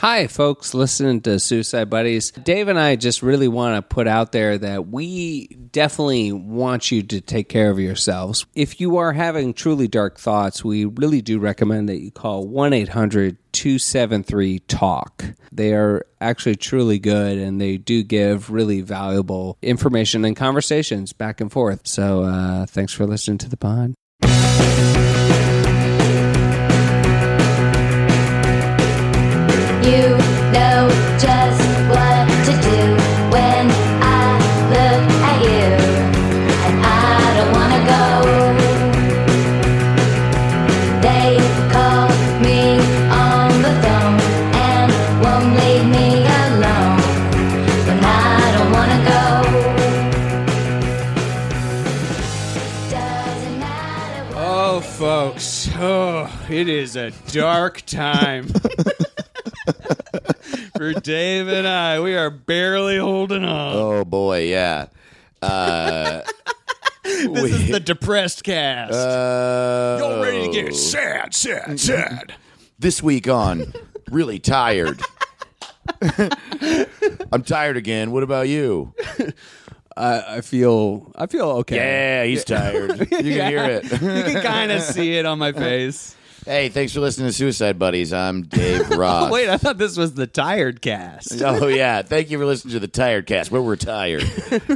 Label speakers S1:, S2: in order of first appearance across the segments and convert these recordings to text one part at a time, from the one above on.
S1: Hi, folks, listening to Suicide Buddies. Dave and I just really want to put out there that we definitely want you to take care of yourselves. If you are having truly dark thoughts, we really do recommend that you call 1 800 273 Talk. They are actually truly good and they do give really valuable information and conversations back and forth. So, uh, thanks for listening to the pod.
S2: You know just what to do when I look at you, and I don't wanna go. They call me on the phone and won't leave me alone when I don't wanna go. Doesn't matter what.
S1: Oh, folks, oh, it is a dark time for Dave and I. We are barely holding on.
S3: Oh boy, yeah. Uh,
S1: This is the depressed cast.
S3: uh,
S1: sad, sad, sad.
S3: this week on really tired. I'm tired again. What about you?
S1: I, I feel, I feel okay.
S3: Yeah, he's tired. You can hear
S1: You
S3: it.
S1: can kind of see it on my face.
S3: hey, thanks for listening to Suicide Buddies. I'm Dave Ross.
S1: Wait, I thought this was the tired cast.
S3: Oh yeah, thank you for listening to the Tired Cast, where we're tired.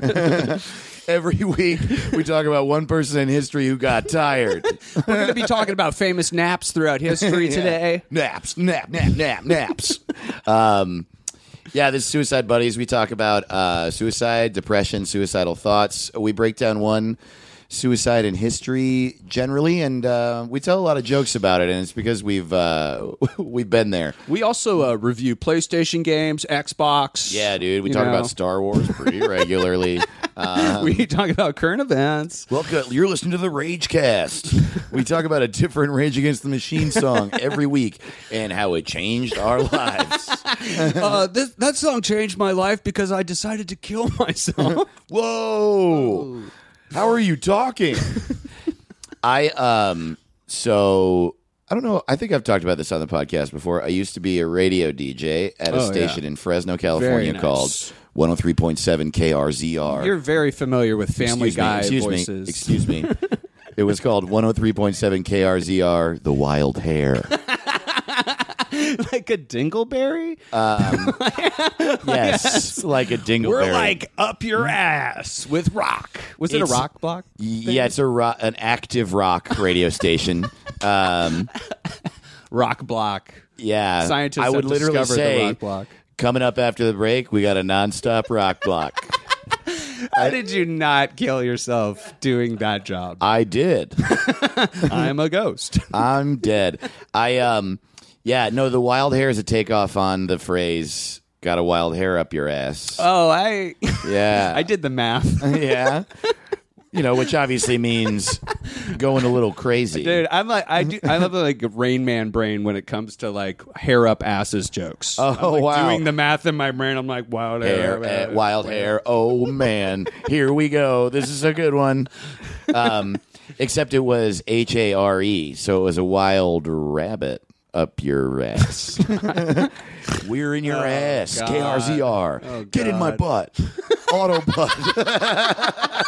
S3: Every week we talk about one person in history who got tired.
S1: We're going to be talking about famous naps throughout history today.
S3: naps, nap, nap, nap, naps. um, yeah, this is Suicide Buddies. We talk about uh, suicide, depression, suicidal thoughts. We break down one suicide in history generally, and uh, we tell a lot of jokes about it. And it's because we've uh, we've been there.
S1: We also uh, review PlayStation games, Xbox.
S3: Yeah, dude. We
S1: you
S3: talk
S1: know.
S3: about Star Wars pretty regularly. Um,
S1: we talk about current events.
S3: Welcome. uh, You're listening to the Rage Cast. We talk about a different Rage Against the Machine song every week and how it changed our lives.
S1: uh, this, that song changed my life because I decided to kill myself.
S3: Whoa! How are you talking? Oh. I um so I don't know. I think I've talked about this on the podcast before. I used to be a radio DJ at a
S1: Oh, yeah.
S3: station in Fresno, California
S1: nice.
S3: called 103.7 KRZR.
S1: You're very familiar with Family
S3: excuse
S1: Guy
S3: me, excuse
S1: voices.
S3: Me, excuse me. it was called 103.7 KRZR, The Wild Hair.
S1: like a dingleberry?
S3: Yes, like a dingleberry.
S1: up your ass Mm. with rock. Was it a
S3: It's-
S1: rock block?
S3: yeah, it's a ro- an active rock radio station. um,
S1: Rock block.
S3: yeah,
S1: Scientists
S3: I would
S1: have
S3: literally
S1: discovered
S3: say
S1: the rock block.
S3: coming up after the break, we got a nonstop rock block.
S1: How did you not kill yourself doing that job?
S3: I did.
S1: I'm a ghost.
S3: I'm dead. I um, yeah, no, the wild hair is a takeoff on the phrase "got a wild hair up your ass."
S1: Oh, I
S3: yeah,
S1: I did the math.
S3: Yeah. You know, which obviously means going a little crazy.
S1: Dude, I'm like I do I love like Rain Man brain when it comes to like hair up asses jokes.
S3: Oh,
S1: I'm, like,
S3: wow.
S1: Doing the math in my brain, I'm like wild hair,
S3: hair, uh, wild hair. Oh man, here we go. This is a good one. Um, except it was H A R E, so it was a wild rabbit up your ass. We're in your ass.
S1: God.
S3: K R Z R. Get in my butt. Auto butt.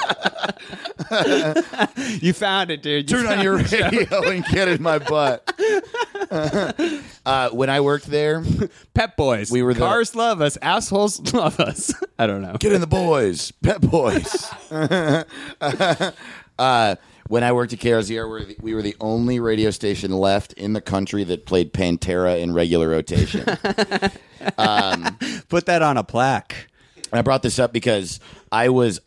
S1: You found it, dude. You
S3: Turn on
S1: found
S3: your
S1: it.
S3: radio and get in my butt. uh, when I worked there,
S1: Pep Boys.
S3: We were the-
S1: cars love us, assholes love us. I don't know.
S3: Get in the boys, pet boys. uh, when I worked at KRZR, we were, the, we were the only radio station left in the country that played Pantera in regular rotation. and
S1: Put that on a plaque.
S3: I brought this up because I was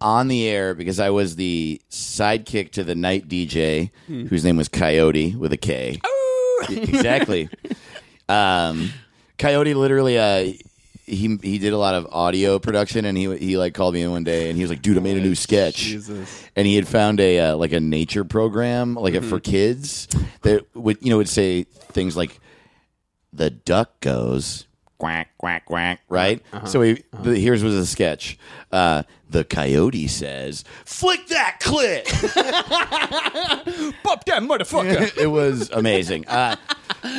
S3: on the air because I was the sidekick to the night DJ, whose name was Coyote with a K. exactly. E, Um, Coyote literally, uh, he he did a lot of audio production, and he he like called me in one day, and he was like, "Dude, I made a new sketch."
S1: Jesus.
S3: And he had found a uh, like a nature program, like a for kids that would you know would say things like, "The duck goes." Quack quack quack! Right,
S4: uh-huh,
S3: so he, the, here's was a sketch. Uh, the coyote says, "Flick that clit."
S4: Bop that motherfucker.
S3: it was amazing. Uh,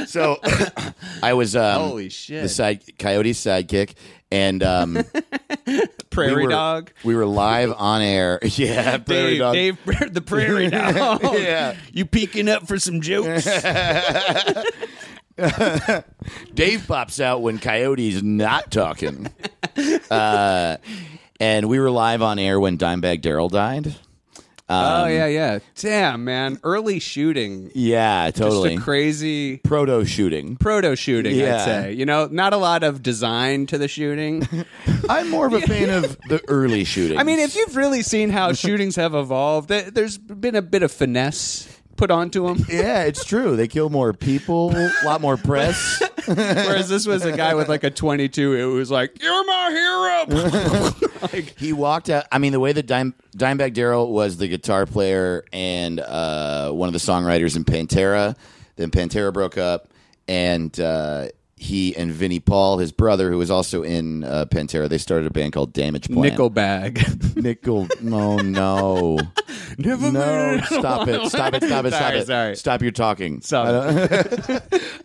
S3: so I was um,
S1: Holy shit.
S3: the side coyote sidekick, and um, we
S4: Prairie
S3: were-
S4: dog.
S3: We were live on air. Yeah, prairie
S4: Dave,
S3: dog.
S4: Dave, the prairie dog.
S3: Yeah.
S4: You peeking up for some jokes?
S3: Dave pops out when coyote's not talking. uh, and we were live on air when Dimebag Daryl died. Um,
S1: oh yeah, yeah. Damn, man. Early shooting.
S3: Yeah, totally.
S1: Just a crazy
S3: Proto shooting.
S1: proto shooting, I'd
S3: Yeah.
S1: say. You know, not a lot of design to the shooting.
S3: I'm more of a fan of the early shooting.
S1: I mean, if you've really seen how shootings have evolved, th- there's been a bit of finesse put onto them.
S3: yeah, it's true. They kill more people, a lot more press.
S1: Whereas this was a guy with like a 22 It was like, "You're my hero."
S3: He walked out. I mean, the way that Dime, Dimebag Daryl was the guitar player and uh, one of the songwriters in Pantera. Then Pantera broke up, and uh, he and Vinnie Paul, his brother, who was also in uh, Pantera, they started a band called Damage Plan.
S1: Nickel bag.
S3: Nickel. No, no,
S1: Never
S3: no!
S1: mind.
S3: Stop it! Stop it! Stop it! Stop
S1: Sorry,
S3: it!
S1: sorry.
S3: Stop your talking.
S1: Stop.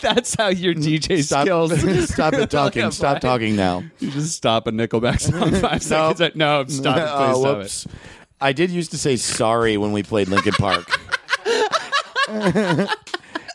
S1: That's how your DJ
S3: Stop,
S1: skills.
S3: stop it talking. Stop talking now.
S1: You just stop a Nickelback song five seconds. in- No, stop it. Please
S3: Oh,
S1: stop it.
S3: whoops. I did used to say sorry when we played Lincoln Park.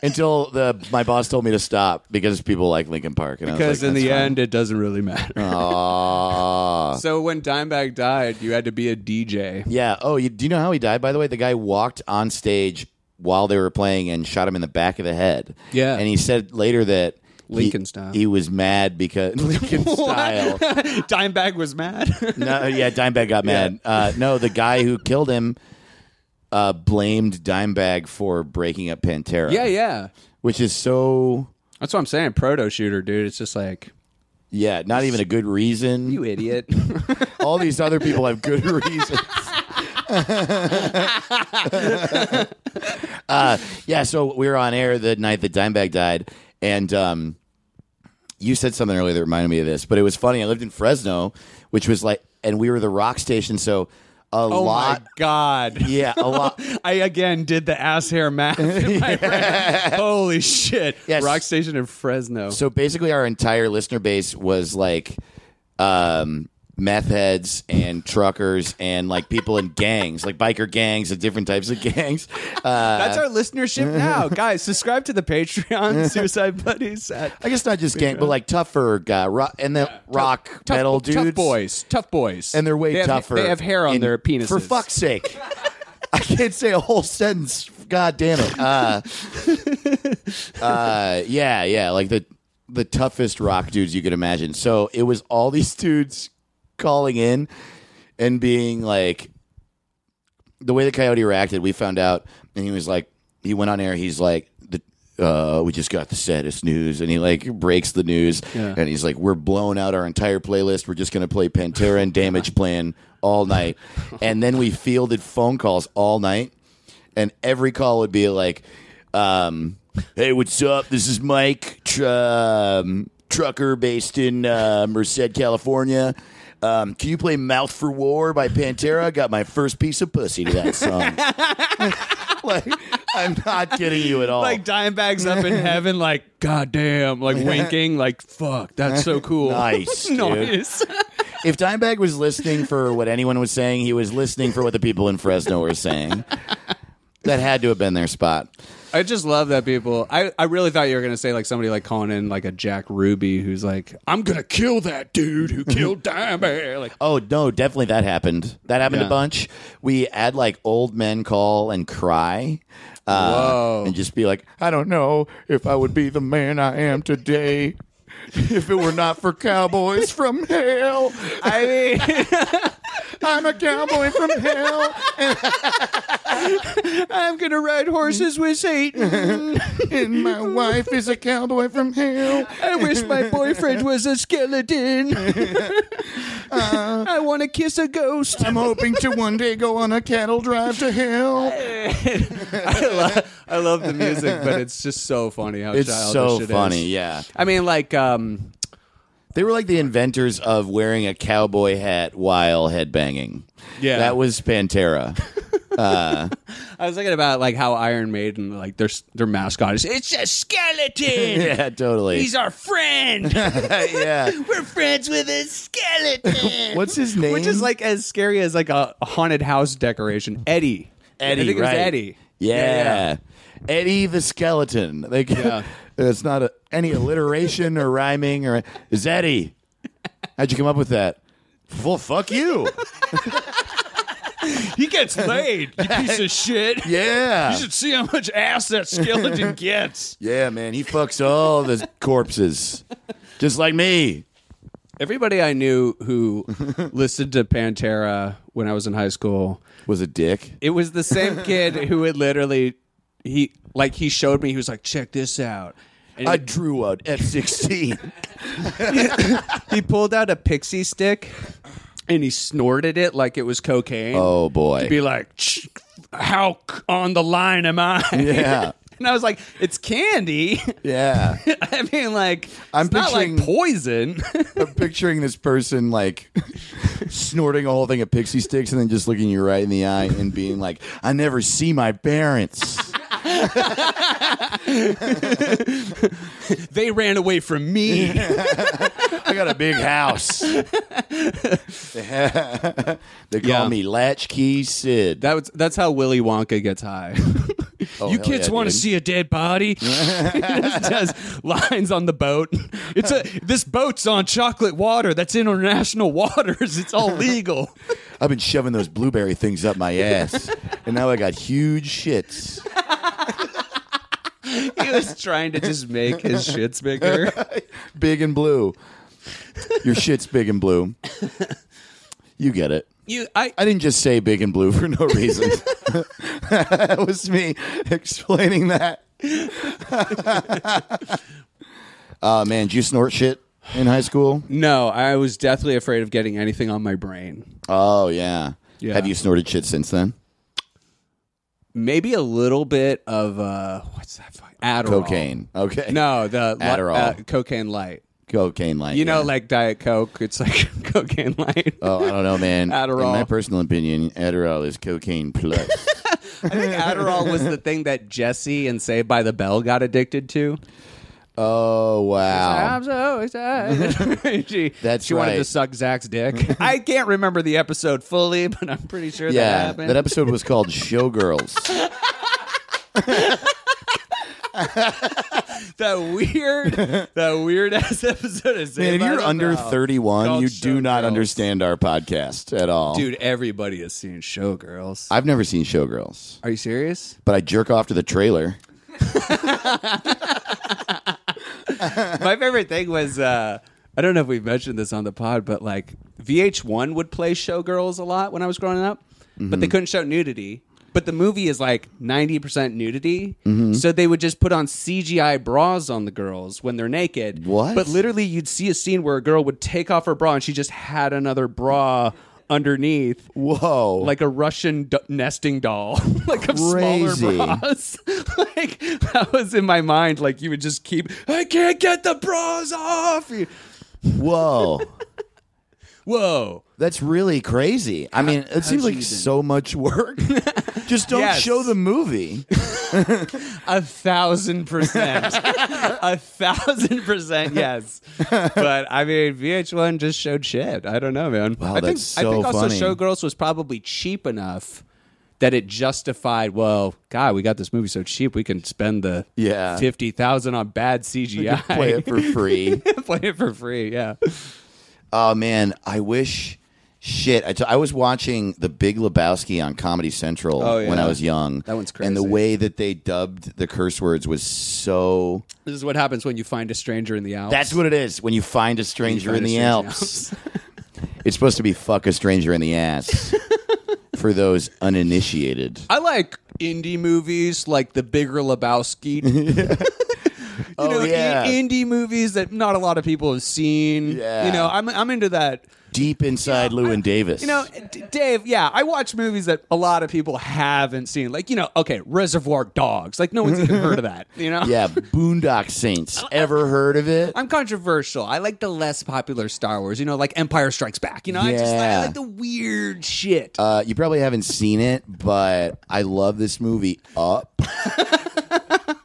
S3: Until the my boss told me to stop because people like Lincoln Park. And
S1: Because
S3: I
S1: in
S3: was like,
S1: the end, it doesn't really matter.
S3: Aw.
S1: So when Dimebag died, you had to be a DJ.
S3: yeah. Oh, you, do you know how he died? By the way, the guy walked on stage while they were playing and shot him in the back of the head.
S1: Yeah.
S3: And he said later that he-
S1: Lincoln style.
S3: He was mad because Lincoln style.
S1: Dimebag was mad.
S3: No, yeah, Dimebag got mad. Uh, no, the guy who killed him uh, blamed Dimebag for breaking up Pantera.
S1: yeah, yeah.
S3: Which is so,
S1: That's what I'm saying. Proto shooter, dude. It's just like
S3: yeah, not even a good reason.
S1: idiot.
S3: All these other people have good reasons. uh, yeah, so we were on air the night that Dimebag died, and um, you said something earlier that reminded me of this, but it was funny. I lived in Fresno, which was like, and we were the rock station, so a
S1: oh
S3: lot.
S1: my god.
S3: Yeah, a lot.
S1: I again did the ass hair math. in my brain. Holy shit!
S3: Yes.
S1: Rock station in Fresno.
S3: So basically, our entire listener base was like um, meth heads and truckers and like people in gangs, like biker gangs and different types of gangs. Uh,
S1: That's our listenership now, guys. Subscribe to the Patreon, Suicide Buddies. Uh, At
S3: I guess not just gang, but like tougher guy, rock, and the rock
S1: tough,
S3: metal
S1: tough
S3: dudes,
S1: boys, tough boys,
S3: and they're way
S1: They have-
S3: tougher.
S1: they have hair on
S3: And
S1: their penises.
S3: For fuck's sake, I can't say a whole sentence. God damn it. Uh, uh, yeah, yeah, like the the toughest rock dudes you could imagine. So it was all these dudes calling in and being like, the way the coyote reacted, we found out, and he was like, he went on air. He's like, the, uh, we just got the saddest news, and he like breaks the news, and he's like, we're blowing out our entire playlist. We're just gonna play Pantera and Damage Plan all night, and then we fielded phone calls all night, and every call would be like, um, hey, what's up? This is Mike, tr- um, trucker based in uh, Merced, California. Um, can you play Mouth for War by Pantera? I got my first piece of pussy to that song. like, I'm not kidding you at all.
S1: like dime bags up in heaven, like goddamn, like winking, like fuck, that's so cool.
S3: Nice, dude.
S1: nice.
S3: if Dimebag was listening for what anyone was saying, he was listening for what the people in Fresno were saying. That had to have been their spot.
S1: I just love that people. I, I really thought you were gonna say like somebody like calling in like a Jack Ruby who's like, I'm gonna kill that dude who killed Dimebag. Like,
S3: Oh no, definitely that happened. That happened
S1: Yeah.
S3: a bunch. We had like old men call and cry, uh,
S1: Whoa.
S3: and just be like, "I don't know if I would be the man I am today if it were not for cowboys from hell."
S1: I mean,
S3: I'm a cowboy from hell.
S1: I'm gonna ride horses with Satan.
S3: And my wife is a cowboy from hell.
S1: I wish my boyfriend was a skeleton. I want to kiss a ghost.
S3: Uh, I'm hoping to one day go on a cattle drive to hell.
S1: I, lo- I love the music, but it's just so funny how
S3: It's
S1: childish
S3: so
S1: it is.
S3: funny, yeah.
S1: I mean, like, um,
S3: They were like the inventors of wearing a cowboy hat while headbanging.
S1: Yeah.
S3: That was Pantera.
S1: I was thinking about like how Iron Maiden, like their their mascot is it's a skeleton.
S3: yeah, totally.
S4: He's our friend.
S3: yeah.
S4: We're friends with a skeleton.
S3: What's his name?
S1: Which is like as scary as like a haunted house decoration. Eddie.
S3: Eddie,
S1: I think it was
S3: right.
S1: Eddie.
S3: Yeah. Eddie the skeleton. Like
S1: Yeah.
S3: it's not a, any alliteration or rhyming or is Eddie. How'd you come up with that? Well, fuck you.
S4: He gets laid, you piece of shit.
S3: Yeah.
S4: You should see how much ass that skeleton gets.
S3: Yeah, man. He fucks all the corpses. Just like me.
S1: Everybody I knew who listened to Pantera when I was in high school,
S3: Was a dick.
S1: it was the same kid who would literally he like he showed me he was like check this out. And
S3: I drew out F sixteen.
S1: he pulled out a pixie stick and he snorted it like it was cocaine.
S3: Oh
S1: To be
S3: boy.
S1: like, "Ch- how c- on the line am I?
S3: Yeah.
S1: and I was like, it's candy.
S3: Yeah.
S1: I mean, like,
S3: I'm
S1: it's not like
S3: picturing-
S1: poison.
S3: I'm picturing this person like snorting a whole thing of pixie sticks and then just looking you right in the eye and being like, I never see my parents.
S1: they ran away from me.
S3: I got a big house. they call
S1: Yeah.
S3: me Latchkey Sid.
S1: that was that's how Willy Wonka gets high.
S3: Oh,
S1: you
S3: hell
S1: kids
S3: yeah,
S1: want to
S3: dude.
S1: see a dead body? He just does lines on the boat. It's a this boat's on chocolate water. That's international waters. It's all legal.
S3: I've been shoving those blueberry things up my ass, and now I got huge shits.
S1: he was trying to just make his shits bigger.
S3: Big and blue. Your shit's big and blue. You get it.
S1: You, I,
S3: I didn't just say big and blue for no reason. that was me explaining that. uh, man, did you snort shit in high school?
S1: no, I was deathly afraid of getting anything on my brain.
S3: Oh, yeah.
S1: Yeah.
S3: Have you snorted shit since then?
S1: Maybe a little bit of uh, what's that? fuck- Adderall.
S3: Cocaine. Okay.
S1: Oh. No, the li-
S3: Adderall.
S1: uh, cocaine light.
S3: Cocaine light.
S1: You know,
S3: yeah.
S1: like Diet Coke. It's like cocaine light.
S3: Oh, I don't know, man.
S1: Adderall.
S3: In my personal opinion, Adderall is cocaine plus.
S1: I think Adderall was the thing that Jesse and Saved by the Bell got addicted to.
S3: oh, wow.
S1: I'm so excited. she,
S3: That's
S1: she wanted
S3: right.
S1: to suck Zach's dick. I can't remember the episode fully, but I'm pretty sure that
S3: Yeah.
S1: happened.
S3: That episode was called Showgirls.
S1: that weird, that weird ass episode is.
S3: man, if you're under 31,
S1: Called
S3: you do not
S1: Showgirls.
S3: understand our podcast at all.
S1: dude, everybody has seen Showgirls.
S3: I've never seen Showgirls,
S1: Are you serious?
S3: but I jerk off to the trailer.
S1: My favorite thing was uh, I don't know if we've mentioned this on the pod, but like VH1 would play Showgirls a lot when I was growing up, but they couldn't show nudity. But the movie is like 90% nudity. So they would just put on CGI bras on the girls when they're naked.
S3: What?
S1: But literally, you'd see a scene where a girl would take off her bra and she just had another bra underneath.
S3: Whoa.
S1: Like a Russian d- nesting doll, like of
S3: Crazy.
S1: smaller bras. like that was in my mind. Like you would just keep, I can't get the bras off. You-
S3: whoa.
S1: Whoa.
S3: That's really crazy. I mean, it seems like so much work. Just don't
S1: Yes.
S3: show the movie.
S1: A thousand percent. a thousand percent, yes. But I mean, VH1 just showed shit. I don't know, man.
S3: Wow,
S1: I think,
S3: that's
S1: I think
S3: so
S1: also
S3: funny.
S1: Showgirls was probably cheap enough that it justified, well, God, we got this movie so cheap, we can spend the
S3: Yeah.
S1: 50000 on bad CGI.
S3: Play it for free.
S1: Play it for free, yeah.
S3: Oh man, I wish. Shit, I, t- I was watching The Big Lebowski on Comedy Central
S1: Oh, yeah.
S3: when I was young.
S1: That one's
S3: And the
S1: crazy.
S3: way that they dubbed the curse words was so.
S1: This is what happens when you find a stranger in the Alps.
S3: That's what it is when you find a stranger
S1: find
S3: in
S1: a
S3: the
S1: stranger in the
S3: Alps. It's supposed to be fuck a stranger in the ass for those uninitiated.
S1: I like indie movies like The Bigger Lebowski. you
S3: Oh,
S1: know, i-
S3: yeah.
S1: indie movies that not a lot of people have seen.
S3: Yeah.
S1: You know, I'm I'm into that.
S3: Deep inside Lou and Davis.
S1: You know, D- Dave, yeah, I watch movies that a lot of people haven't seen. Like, you know, okay, Reservoir Dogs. Like no one's even heard of that, you know?
S3: yeah, Boondock Saints. Ever heard of it?
S1: I'm controversial. I like the less popular Star Wars, you know, like Empire Strikes Back. You know, I just like, I
S3: Yeah.
S1: like the weird shit.
S3: Uh, you probably haven't seen it, but I love this movie. Up.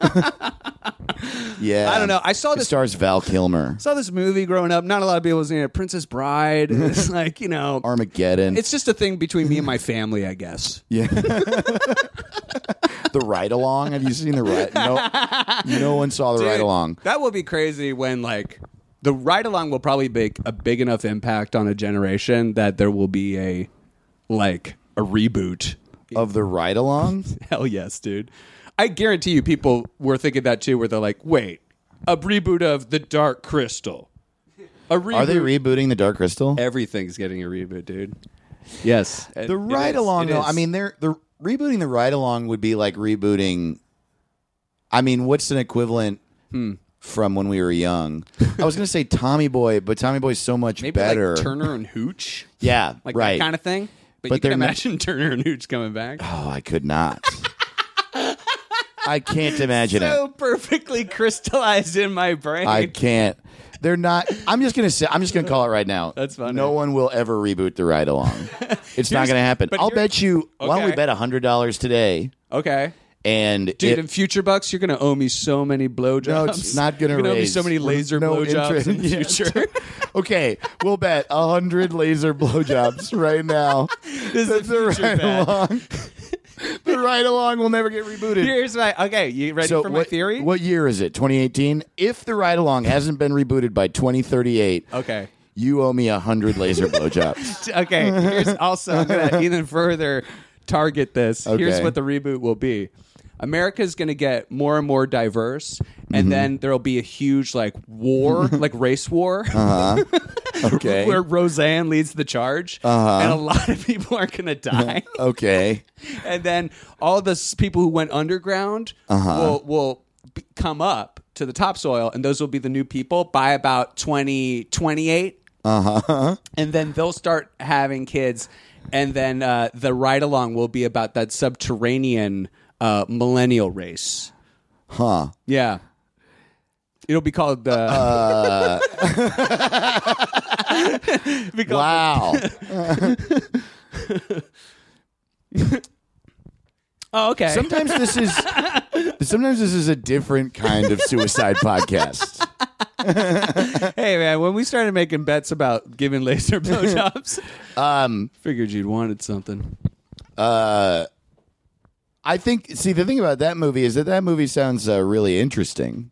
S3: yeah,
S1: I don't know. I saw
S3: It
S1: this-
S3: stars Val Kilmer.
S1: Saw this movie growing up. Not a lot of people have seen it. Princess Bride. It's like, you know,
S3: Armageddon.
S1: it's just a thing between me and my family, I guess.
S3: yeah. the ride along. Have you seen the ride? No, no one saw the
S1: Dude,
S3: ride along.
S1: That will be crazy when like the ride along will probably make a big enough impact on a generation that there will be a like a reboot.
S3: Of the ride along.
S1: Hell yes, dude. I guarantee you people were thinking that too, where they're like, wait, a reboot of the Dark Crystal. A reboot.
S3: Are they rebooting the Dark Crystal?
S1: Everything's getting a reboot, dude. Yes.
S3: the ride along though i mean they're the rebooting the ride along would be like rebooting i mean what's an equivalent
S1: Hmm.
S3: from when we were young i was gonna say tommy boy but tommy boy's so much
S1: maybe
S3: better
S1: like Turner and Hooch.
S3: yeah
S1: Like
S3: right
S1: that kind of thing. But,
S3: But
S1: you can
S3: they're not-
S1: imagine Turner and Hooch coming back.
S3: oh i could not i can't imagine it
S1: so perfectly crystallized in my brain.
S3: I can't. They're not. I'm just gonna say. I'm just gonna call it right now.
S1: That's funny.
S3: No one will ever reboot the ride along. It's not
S1: Here's-
S3: gonna happen.
S1: but
S3: I'll
S1: here-
S3: bet you. Why don't we
S1: Okay.
S3: bet hundred dollars today?
S1: okay.
S3: And
S1: Dude,
S3: it-
S1: in future bucks, you're gonna owe me so many blowjobs.
S3: No, it's not gonna
S1: You're gonna owe me
S3: raise.
S1: so many laser
S3: No
S1: blowjobs in the
S3: interest.
S1: future.
S3: Okay, we'll bet a hundred laser blowjobs right now.
S1: this is the future bet.
S3: along. the ride along will never get rebooted.
S1: Here's my okay. You ready
S3: so
S1: for my
S3: what,
S1: theory?
S3: What year is it? 2018. If the ride along hasn't been rebooted by 2038,
S1: Okay.
S3: you owe me a hundred laser blowjobs.
S1: Okay. Here's also I'm gonna even further target this. Here's
S3: Okay.
S1: what the reboot will be. America's going to get more and more diverse, and then there'll be a huge like war, like race war,
S3: Okay.
S1: where Roseanne leads the charge, and a lot of people are going to die.
S3: okay.
S1: and then all the s- people who went underground
S3: Uh-huh.
S1: will will b- come up to the topsoil, and those will be the new people by about twenty twenty eight. Uh
S3: Uh-huh.
S1: huh. And then they'll start having kids, and then uh, the ride along will be about that subterranean uh, millennial race.
S3: Huh. Uh,
S1: Yeah. It'll be called the. Be called
S3: Wow.
S1: Oh, okay.
S3: Sometimes this is. Sometimes this is a different kind of suicide podcast.
S1: hey, man, when we started making bets about giving laser blowjobs,
S3: Um.
S1: figured you'd wanted something.
S3: Uh, I think. See, the thing about that movie is that that movie sounds uh, really interesting.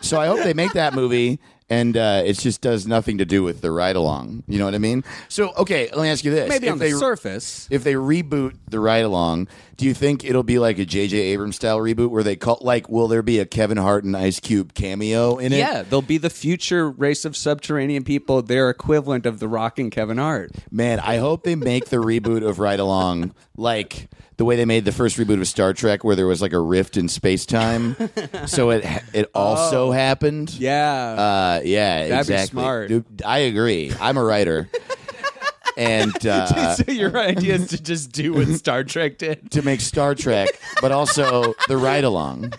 S3: so I hope they make that movie, and uh, it just does nothing to do with the ride along. You know what I mean? So okay, let me ask you this:
S1: Maybe
S3: if
S1: on
S3: they,
S1: the surface.
S3: if they reboot the ride along, do you think it'll be like a J.J. Abrams style reboot where they call like, will there be a Kevin Hart and Ice Cube cameo in it?
S1: Yeah, they'll be the future race of subterranean people, their equivalent of the Rock and Kevin Hart.
S3: Man, I hope they make the reboot of Ride Along like the way they made the first reboot of Star Trek, where there was like a rift in space time, so it it also happened.
S1: Oh. Yeah.
S3: uh, yeah,
S1: That'd be
S3: exactly.
S1: smart.
S3: Dude, I agree. I'm a writer, and uh,
S1: so your idea is to just do what Star Trek did.
S3: to make Star Trek, but also the Ride Along.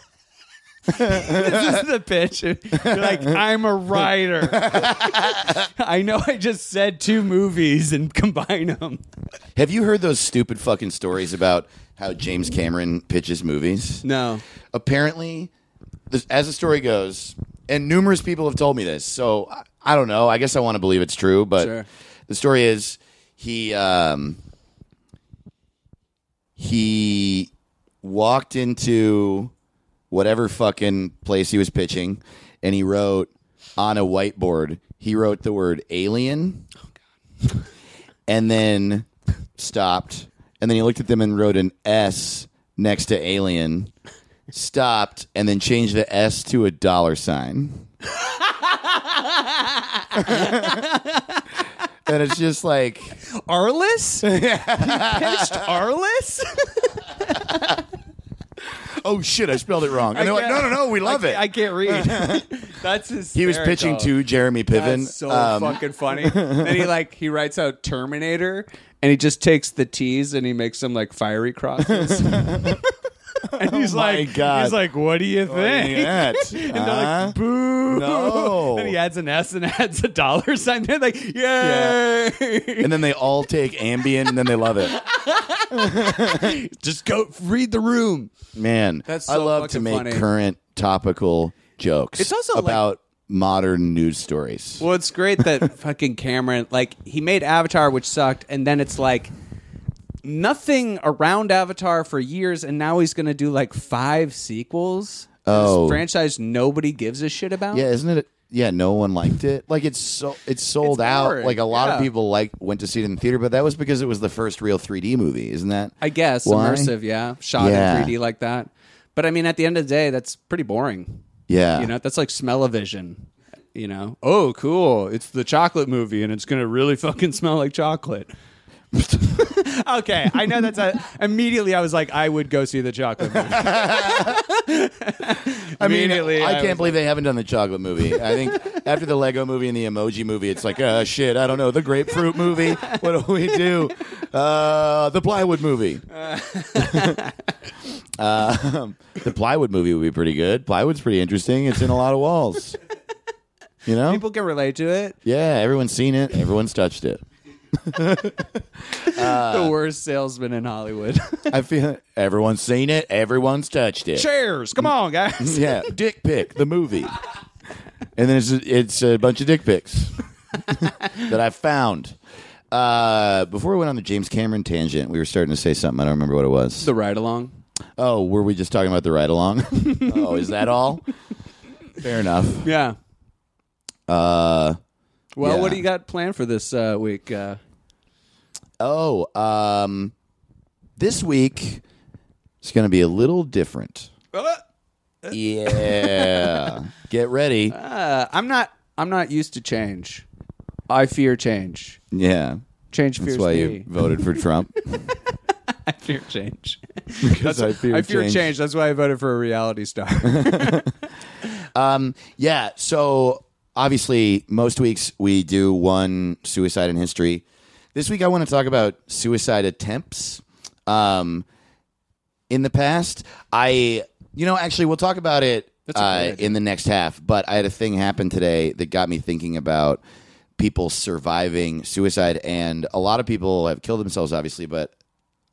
S1: this is the pitch. You're like, I'm a writer. I know I just said two movies and combine them.
S3: Have you heard those stupid fucking stories about how James Cameron pitches movies?
S1: No.
S3: apparently, this, as the story goes, and numerous people have told me this, so I, I don't know. I guess I want to believe it's true, but
S1: Sure.
S3: the story is he um, he walked into whatever fucking place he was pitching, and he wrote on a whiteboard. He wrote the word alien, and then stopped, and then he looked at them and wrote an S next to alien stopped and then changed the S to a dollar sign. and it's just like
S1: Arliss? you pitched Arliss?
S3: oh shit i spelled it wrong and they're like no no no we love
S1: I,
S3: it
S1: I can't read. That's his.
S3: he was pitching to jeremy piven
S1: That's so
S3: Um,
S1: fucking funny. then he like he writes out Terminator, and he just takes the T's and he makes them like fiery crosses.
S4: And he's
S3: Oh my
S4: like,
S3: God.
S4: he's like, what do you think?
S3: that,
S4: And they're
S3: huh?
S4: like, boo.
S3: Uh-huh. No.
S4: And he adds an S and adds a dollar sign. They're like, yay.
S3: and then they all take Ambien, and then they love it.
S4: Just go read the room.
S3: Man,
S1: That's
S3: I
S1: so
S3: love to
S1: fucking
S3: make
S1: funny.
S3: current topical jokes.
S1: It's also like-
S3: about modern news stories.
S1: Well, it's great that fucking Cameron, like, he made Avatar, which sucked, and then it's like nothing around Avatar for years, and now he's going to do like five sequels. to this
S3: Oh.
S1: franchise nobody gives a shit about.
S3: Yeah, isn't it? Yeah, no one liked it. Like it's so it's sold
S1: It's
S3: out.
S1: boring,
S3: Like a lot of
S1: yeah.
S3: people like went to see it in the theater, but that was because it was the first real 3D movie, isn't that?
S1: I guess
S3: Why?
S1: immersive, yeah, shot
S3: Yeah.
S1: in 3D like that. But I mean, at the end of the day, that's pretty boring.
S3: yeah.
S1: You know, that's like smell-o-vision. You know, oh, cool! It's the chocolate movie, and it's gonna really fucking smell like chocolate. okay, I know that's a, immediately. I was like, I would go see the chocolate movie.
S3: I mean,
S1: immediately,
S3: I
S1: I
S3: can't
S1: was
S3: believe they haven't done the chocolate movie. I think after the Lego movie and the Emoji movie, it's like, uh, shit, I don't know, the grapefruit movie. What do we do? Uh, the plywood movie. um, the plywood movie would be pretty good. Plywood's pretty interesting. It's in a lot of walls. You know,
S1: People can relate to it.
S3: yeah, everyone's seen it. Everyone's touched it.
S1: the worst salesman in Hollywood.
S3: I feel everyone's seen it. Everyone's touched it.
S4: Chairs. Come on, guys.
S3: Yeah, dick pic the movie, and then it's it's a bunch of dick pics that I found. Uh, before we went on the James Cameron tangent, we were starting to say something. I don't remember what it was.
S1: the ride along.
S3: oh, were we just talking about the ride along? oh, is that all? Fair enough.
S1: Yeah.
S3: Uh,
S1: Well,
S3: Yeah.
S1: what do you got planned for this uh, week? Uh,
S3: oh, um, this week it's going to be a little different. Yeah, get ready.
S1: uh, I'm not. I'm not used to change. I fear change.
S3: Yeah,
S1: Change fears
S3: that's why
S1: me.
S3: you voted for Trump.
S1: I fear change.
S3: Because I fear,
S1: I fear change. That's why I voted for a reality star.
S3: Yeah. So obviously, most weeks we do one suicide in history. This week, I want to talk about suicide attempts. Um, in the past, I, you know, actually, we'll talk about it
S1: a great
S3: uh, in the next half. But I had a thing happen today that got me thinking about people surviving suicide, and a lot of people have killed themselves, obviously, but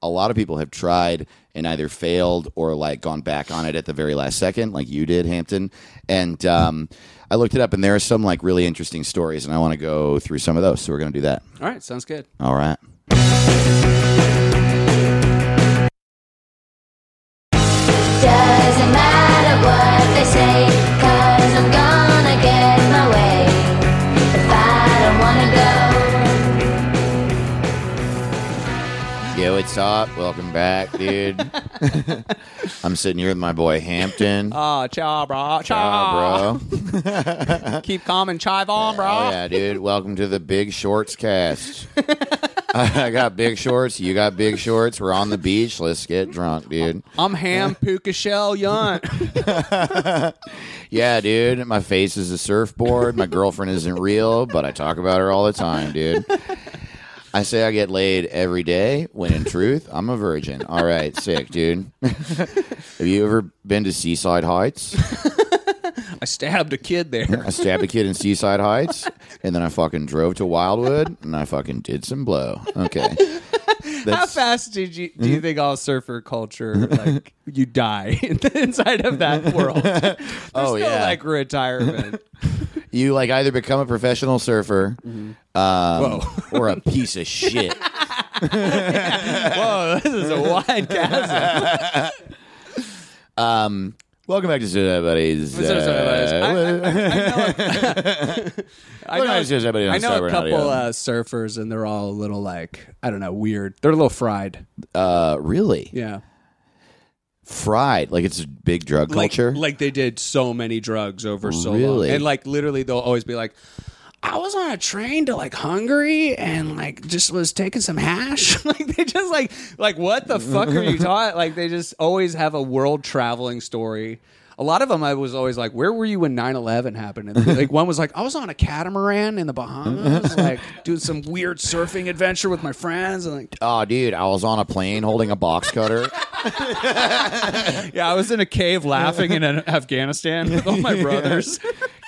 S3: a lot of people have tried and either failed or like gone back on it at the very last second, like you did, Hampton. And um, I looked it up, and there are some like really interesting stories, and I want to go through some of those. So we're going to do that.
S1: All right, sounds good.
S3: All right.
S2: Doesn't matter what they say, cause I'm gonna get my way. If I don't wanna go,
S3: Yo, it's up. Welcome back, dude. I'm sitting here with my boy Hampton.
S1: Ah, cha, bro. Cha,
S3: Ah, bro.
S1: bro. Keep calm and chive on, bro.
S3: Oh, yeah, dude. Welcome to the Big Shorts cast. I got big shorts. You got big shorts. We're on the beach. Let's get drunk, dude.
S1: I'm Ham Puka Shell Yunt.
S3: Yeah, dude. My face is a surfboard. My girlfriend isn't real, but I talk about her all the time, dude. I say I get laid every day when in truth, I'm a virgin. All right, sick, dude. Have you ever been to Seaside Heights?
S1: I stabbed a kid there.
S3: I stabbed a kid in Seaside Heights, and then I fucking drove to Wildwood, and I fucking did some blow. Okay.
S1: How
S3: That's,
S1: fast did you do you
S3: Mm-hmm.
S1: think all surfer culture like you die inside of that world? There's
S3: oh,
S1: no
S3: yeah.
S1: like retirement.
S3: you like either become a professional surfer
S1: Mm-hmm.
S3: um, or a piece of shit.
S1: Whoa, Oh, this is a wide chasm.
S3: Welcome back to Suicide Buddies. uh,
S1: I- I- I
S3: Look
S1: know,
S3: at those everybody on
S1: I know
S3: Cyber
S1: a couple
S3: Audio.
S1: uh, surfers, and they're all a little like I don't know, weird. They're a little fried.
S3: Uh, really?
S1: Yeah,
S3: Fried. Like it's a big drug
S1: like
S3: culture.
S1: like they did so many drugs over so
S3: Really?
S1: long, and like literally they'll always be like, I was on a train to like Hungary and like just was taking some hash. like they just like like what the fuck are you taught? Like they just always have a world traveling story. A lot of them I was always like, where were you when 9-11 happened? And like one was like, I was on a catamaran in the Bahamas, like doing some weird surfing adventure with my friends and like
S3: Oh, dude, I was on a plane holding a box cutter.
S4: Yeah, I was in a cave laughing in Afghanistan with all my brothers.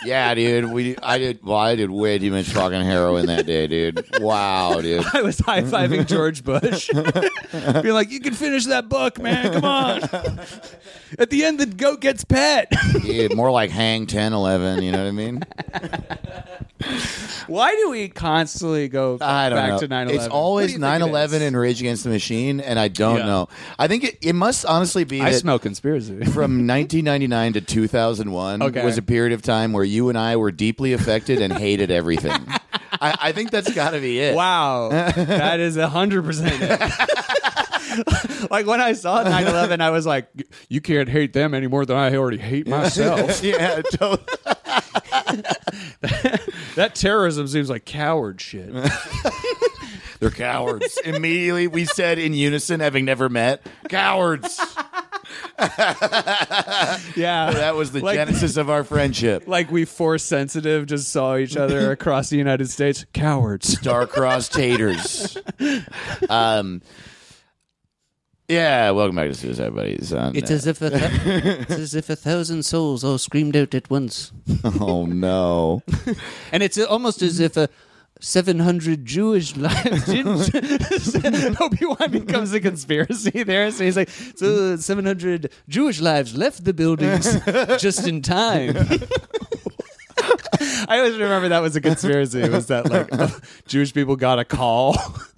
S3: yeah, dude, we I did well, I did way too much fucking heroin that day, dude. Wow, dude.
S4: I was high fiving George Bush, being like, "You can finish that book, man. Come on." At the end, the goat gets pet.
S3: Dude, more like hang 10, 11, you know what I mean?
S4: Why do we constantly go
S3: I don't
S4: back
S3: know.
S4: to 9 11?
S3: It's always 9 11 and Rage Against the Machine, and I don't
S4: Yeah.
S3: know. I think it, it must honestly be
S4: I
S3: that
S4: smell conspiracy.
S3: from 1999 to 2001
S4: Okay.
S3: was a period of time where you and I were deeply affected and hated everything. I, I think that's got to be it.
S4: Wow. that is 100% it. like when I saw 9 11, I was like, you can't hate them any more than I already hate myself.
S3: yeah, totally.
S4: that terrorism seems like coward shit.
S3: They're cowards. Immediately, we said in unison, having never met, cowards.
S4: Yeah.
S3: That was the
S4: Like-
S3: genesis of our friendship.
S4: Like we force sensitive just saw each other across the United States. Cowards.
S3: Star-crossed taters. Um, yeah, welcome back to Suicide Buddies. On, uh,
S1: if a it's as if a thousand souls all screamed out at once.
S3: oh no.
S1: And it's almost as if a 700 Jewish lives didn't.
S4: Obi Wan becomes a conspiracy there. So he's like,
S1: So 700 Jewish lives left the buildings just in time.
S4: I always remember that was a conspiracy. It was that like Jewish people got a call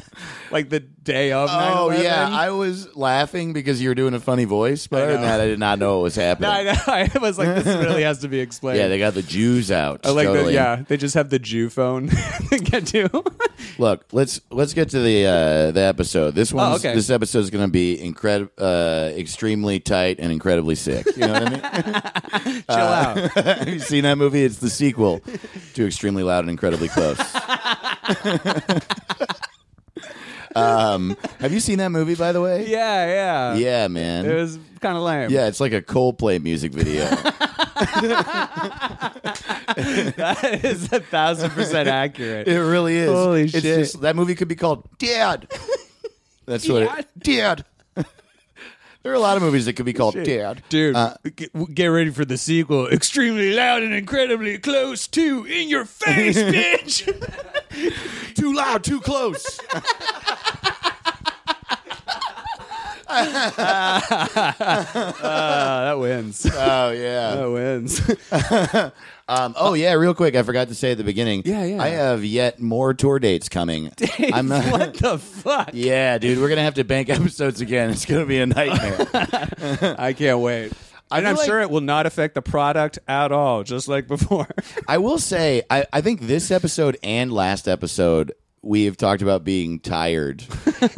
S4: like the day of.
S3: Oh
S4: 9/11.
S3: yeah, I was laughing because you were doing a funny voice, but other than
S4: know.
S3: that, I did not know what was happening.
S4: I, know. I was like, this really has to be explained.
S3: Yeah, they got the Jews out.
S4: I like
S3: totally.
S4: that. Yeah, they just have the Jew phone. they get to.
S3: Look, let's let's get to the uh, the episode. This one,
S4: Oh, okay.
S3: this episode is going to be incredible, uh, extremely tight and incredibly sick. You know what I mean?
S4: Chill out.
S3: Have you seen that movie? It's the sequel to Extremely Loud and Incredibly Close. um, have you seen that movie, by the way?
S4: Yeah, yeah.
S3: Yeah, man.
S4: It was kind of lame.
S3: yeah, it's like a Coldplay music video.
S4: that is a thousand percent accurate.
S3: it really is.
S4: Holy
S3: It's
S4: shit.
S3: just- that movie could be called Dad. That's what it Dad. There are a lot of movies that could be called Dad.
S4: Dude,
S3: Uh,
S4: get, get ready for the sequel. Extremely loud and incredibly close to in your face, bitch.
S3: too loud, too close.
S4: Ah, that wins.
S3: Oh yeah.
S4: That wins.
S3: Um, oh yeah, real quick, I forgot to say at the beginning.
S4: Yeah, yeah.
S3: I have yet more tour dates coming. I'm not.
S4: what the fuck?
S3: Yeah, dude, we're gonna have to bank episodes again. It's gonna be a nightmare.
S4: I can't wait. And
S3: feel
S4: I'm
S3: like-
S4: sure it will not affect the product at all, just like before.
S3: I will say, I, I think this episode and last episode we have talked about being tired,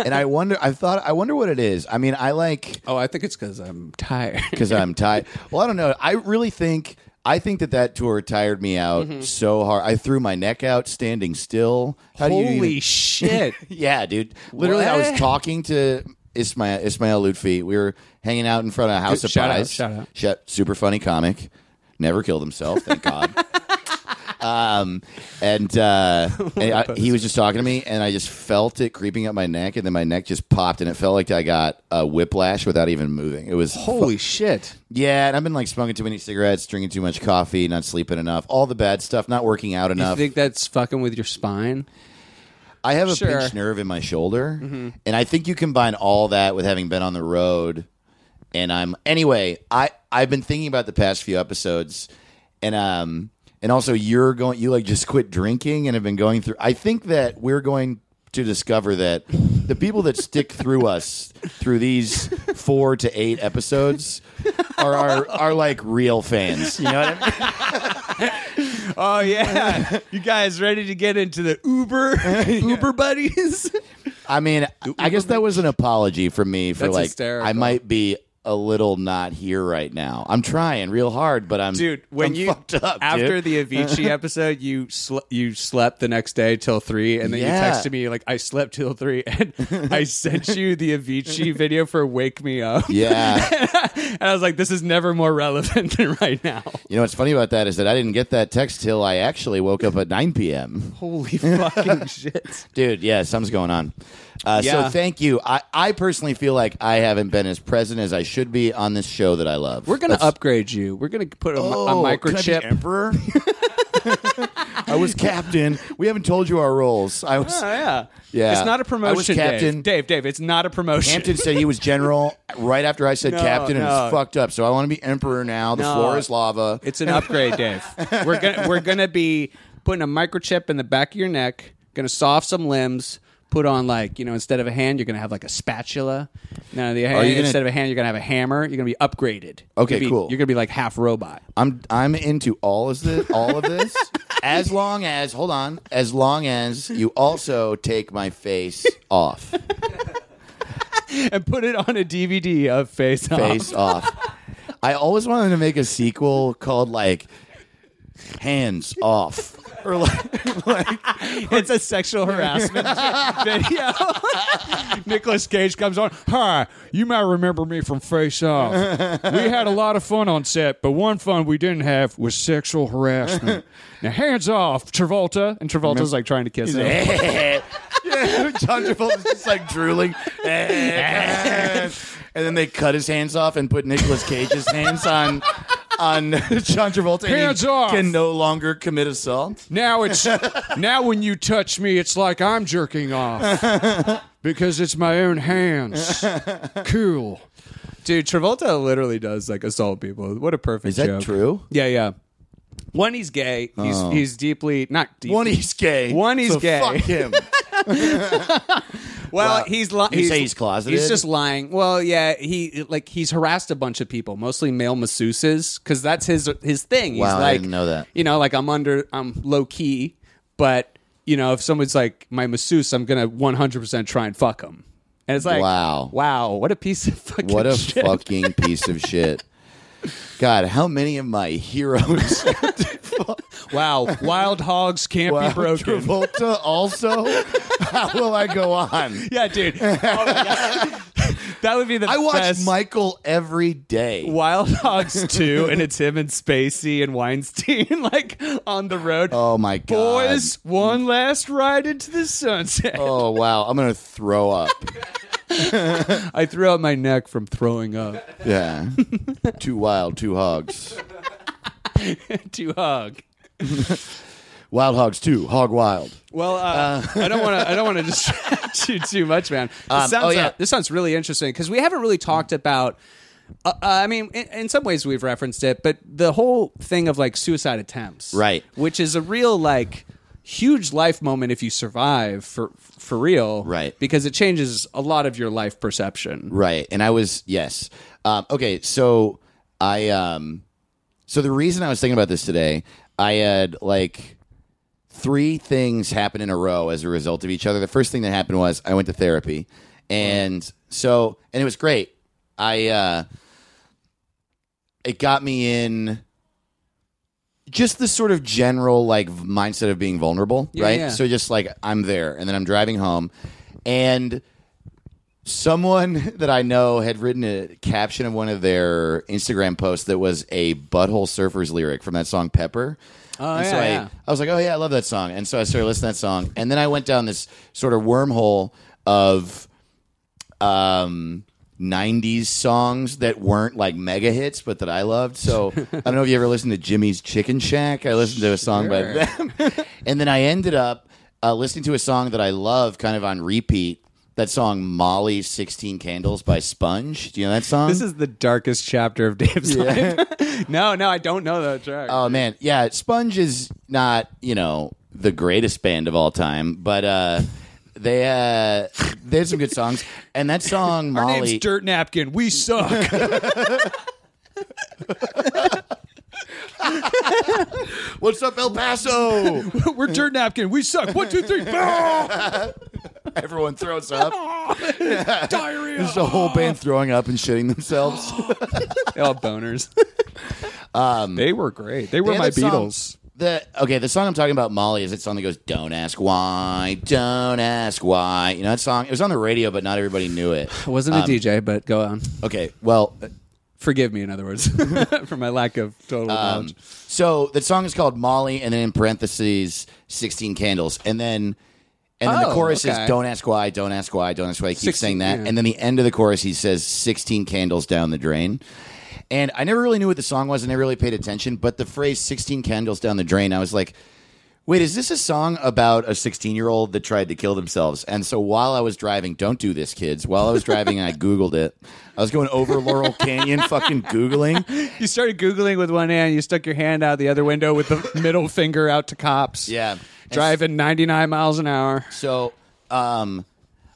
S3: and I wonder. I thought, I wonder what it is. I mean, I like
S1: Oh, I think it's because I'm tired.
S3: because I'm tired. Well, I don't know. I really think. I think that that tour tired me out
S4: Mm-hmm.
S3: so hard. I threw my neck out standing still. How do you even-
S4: Holy shit.
S3: Yeah, dude. Literally, I
S4: What?
S3: was talking to Ismail Ismail Lutfi. We were hanging out in front of House of
S4: shout out,
S3: Pies.
S4: shout out.
S3: super funny comic. Never killed himself. Thank God. Um and, uh, and I, he was just talking to me, and I just felt it creeping up my neck, and then my neck just popped, and it felt like I got a whiplash without even moving. It was
S1: Holy shit.
S3: yeah, and I've been like smoking too many cigarettes, drinking too much coffee, not sleeping enough, all the bad stuff, not working out
S1: You
S3: enough.
S1: think that's fucking with your spine?
S3: I have a
S1: Sure.
S3: pinched nerve in my shoulder, and I think you combine all that with having been on the road. And I'm anyway. I I've been thinking about the past few episodes, and um, and also you're going. You like just quit drinking and have been going through. I think that we're going to discover that the people that stick through us through these four to eight episodes are are, are like real fans. You know what I mean?
S4: Oh, yeah. you guys ready to get into the Uber, Uber buddies?
S3: I mean, I guess that was an apology from me for
S1: That's
S3: like
S1: hysterical.
S3: I might be a little not here right now. I'm trying real hard, but I'm
S1: dude. When
S3: I'm
S1: you
S3: fucked up,
S1: after
S3: dude.
S1: the Avicii episode, you sl- you slept the next day till three, and then
S3: Yeah.
S1: you texted me like I slept till three, and I sent you the Avicii video for "Wake Me Up."
S3: yeah,
S1: and I was like, "This is never more relevant than right now."
S3: you know what's funny about that is that I didn't get that text till I actually woke up at 9 p.m.
S1: Holy fucking shit!
S3: Dude, yeah, something's going on. Uh,
S1: Yeah.
S3: So thank you. I, I personally feel like I haven't been as present as I should be on this show that I love.
S5: We're gonna
S3: That's-
S5: upgrade you. We're gonna put a,
S3: Oh,
S5: a
S3: can I be
S5: microchip.
S3: emperor. I was captain. We haven't told you our roles. I was.
S1: Oh, yeah,
S3: Yeah.
S1: It's not a
S3: I
S1: promotion,
S3: was captain.
S1: Dave. Dave, Dave, it's not a promotion.
S3: Hampton said he was general right after I said
S1: No,
S3: captain, and
S1: no.
S3: it's fucked up. So I want to be emperor now. The
S1: No.
S3: floor is lava.
S1: It's an upgrade, Dave. We're gonna we're gonna be putting a microchip in the back of your neck, gonna saw off some limbs, put on like you know instead of a hand you're gonna have like a spatula. No, the
S3: you gonna-
S1: instead of a hand you're gonna have a hammer. You're gonna be upgraded. You're
S3: Okay,
S1: gonna be-
S3: cool.
S1: You're gonna be like half robot.
S3: I'm I'm into all of this. All of this. As long as hold on, as long as you also take my face off,
S1: And put it on a DVD of Face,
S3: face off. I always wanted to make a sequel called like Hands Off or like
S1: Off. It's a sexual harassment video. Nicholas Cage comes on. Hi, you might remember me from Face Off. We had a lot of fun on set, but one fun we didn't have was sexual harassment. Now, hands off, Travolta. And Travolta's like trying to kiss him.
S3: Yeah, John Travolta's just like drooling, Eh, and then they cut his hands off and put Nicolas Cage's hands on on John Travolta. and he
S1: Hands off.
S3: Can no longer commit assault.
S1: Now it's now when you touch me, it's like I'm jerking off because it's my own hands. Cool, dude. Travolta literally does like assault people. What a perfect.
S3: Is that
S1: joke.
S3: true? Oh.
S1: Yeah, yeah. One, he's gay. He's he's deeply not deeply.
S3: One he's gay.
S1: One he's
S3: so
S1: gay.
S3: Fuck him.
S1: well,
S3: Wow.
S1: he's li-
S3: You say he's closeted?
S1: He's just lying. Well, yeah, he like he's harassed a bunch of people, mostly male masseuses, because that's his his thing. He's
S3: Wow, I
S1: like,
S3: didn't know that.
S1: You know, like I'm under, I'm low key, but you know, if someone's like my masseuse, I'm gonna 100 percent try and fuck him. And it's like,
S3: Wow.
S1: wow, what a piece of fucking
S3: What a
S1: shit.
S3: fucking piece of shit. God, how many of my heroes?
S1: wow, wild hogs can't
S3: Wow,
S1: be broken.
S3: Travolta also. How will I go on?
S1: Yeah, dude. Oh, yeah. that would be the
S3: I watch
S1: best.
S3: Michael every day.
S1: Wild Hogs 2, and it's him and Spacey and Weinstein, like on the road.
S3: Oh my god,
S1: Boys, one last ride into the sunset.
S3: Oh wow, I'm gonna throw up.
S1: I threw out my neck from throwing up
S3: Yeah, two wild, two hogs.
S1: to hug.
S3: Wild hogs two, hog wild.
S1: Well, uh, I don't want to. I don't want to distract you too much, man. This,
S3: Um,
S1: sounds,
S3: oh, yeah.
S1: uh, this sounds really interesting because we haven't really talked about. Uh, uh, I mean, in, in some ways we've referenced it, but the whole thing of like suicide attempts,
S3: Right.
S1: Which is a real like huge life moment if you survive for for real,
S3: Right.
S1: Because it changes a lot of your life perception.
S3: Right, and I was yes. Um, okay, so I um, so the reason I was thinking about this today, I had like three things happen in a row as a result of each other. The first thing that happened was I went to therapy, and so and it was great. I uh, it got me in just this sort of general like v- mindset of being vulnerable,
S1: Yeah,
S3: right?
S1: yeah.
S3: So just like I'm there, and then I'm driving home, and someone that I know had written a caption of one of their Instagram posts that was a butthole surfers lyric from that song Pepper.
S1: Oh,
S3: and so
S1: yeah,
S3: I,
S1: yeah.
S3: I was like, oh yeah, I love that song. And so I started listening to that song, and then I went down this sort of wormhole of um 90s songs that weren't like mega hits but that I loved. So I don't know if you ever listened to Jimmy's Chicken Shack. I listened to a song by them. and then I ended up uh, listening to a song that I love kind of on repeat. That song Molly 16 Candles by Sponge. Do you know that song?
S1: This is the darkest chapter of Dave's life. no, no, I don't know that track.
S3: Oh man, yeah. Sponge is not you know the greatest band of all time, but uh, they uh, they had some good songs. And that song
S1: Our
S3: Molly,
S1: name's Dirt Napkin. We suck.
S3: what's up El Paso?
S1: We're Dirt Napkin. We suck. One, two, three.
S3: Everyone throws up.
S4: Diarrhea.
S3: There's a whole band throwing up and shitting themselves.
S1: all boners.
S4: oh, They were great. They were
S3: Um, They
S4: my
S3: have that song-
S4: Beatles.
S3: The okay, the song I'm talking about, Molly, is that song that goes, "Don't ask why, don't ask why." You know that song? It was on the radio, but not everybody knew it.
S1: Wasn't a DJ, but go on.
S3: Okay, well,
S1: Forgive me, in other words, for my lack of total
S3: Um,
S1: knowledge.
S3: so the song is called Molly, and then in parentheses, sixteen candles, and then. And then
S1: Oh,
S3: the chorus
S1: okay.
S3: is "Don't ask why, don't ask why, don't ask why." He keeps
S1: 16,
S3: saying that,
S1: yeah.
S3: and then the end of the chorus he says "16 candles down the drain," and I never really knew what the song was, and I never really paid attention. But the phrase "16 candles down the drain," I was like, Wait, is this a song about a 16 year old that tried to kill themselves? And so while I was driving, don't do this, kids. While I was driving, I Googled it. I was going over Laurel Canyon, fucking Googling.
S1: You started Googling with one hand, you stuck your hand out the other window with the middle finger out to cops.
S3: Yeah.
S1: Driving 99 miles an hour.
S3: So um,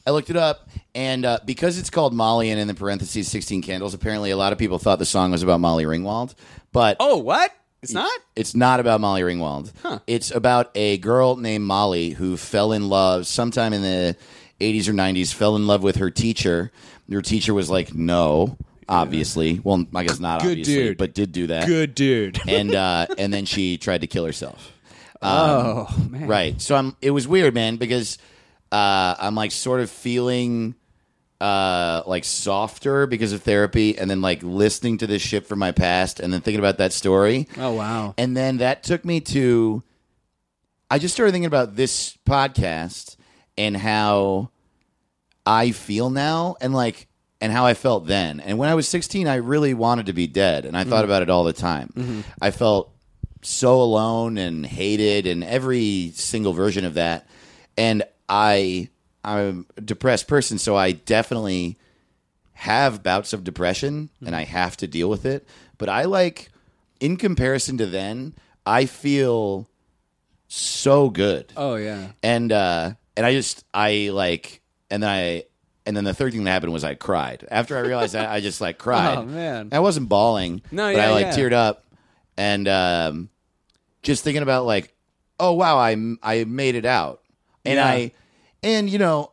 S3: I looked it up, and uh, because it's called Molly and in the parentheses 16 Candles, apparently a lot of people thought the song was about Molly Ringwald. But
S1: Oh, what? It's not?
S3: It's not about Molly Ringwald. It's about a girl named Molly who fell in love sometime in the 80s or 90s, fell in love with her teacher. Her teacher was like, no, obviously. Well, I guess not
S4: Good
S3: obviously,
S4: dude.
S3: but did do that.
S4: Good dude.
S3: And, uh, and then she tried to kill herself.
S1: Oh, man.
S3: Right. So I'm. It was weird, man, because uh, I'm like sort of feeling uh, like softer because of therapy, and then like listening to this shit from my past, and then thinking about that story.
S1: Oh, wow.
S3: And then that took me to. I just started thinking about this podcast and how I feel now, and like. And how I felt then. And when I was 16, I really wanted to be dead. And I thought about it all the time. I felt so alone and hated and every single version of that and i i'm a depressed person so i definitely have bouts of depression and i have to deal with it but i like in comparison to then i feel so good
S1: Oh, yeah.
S3: and uh and i just i like and then i and then the third thing that happened was i cried after i realized that i just like cried
S1: Oh, man.
S3: i wasn't bawling
S1: No,
S3: but
S1: yeah,
S3: i like
S1: yeah.
S3: teared up and um just thinking about like oh wow i i made it out and
S1: Yeah.
S3: i and you know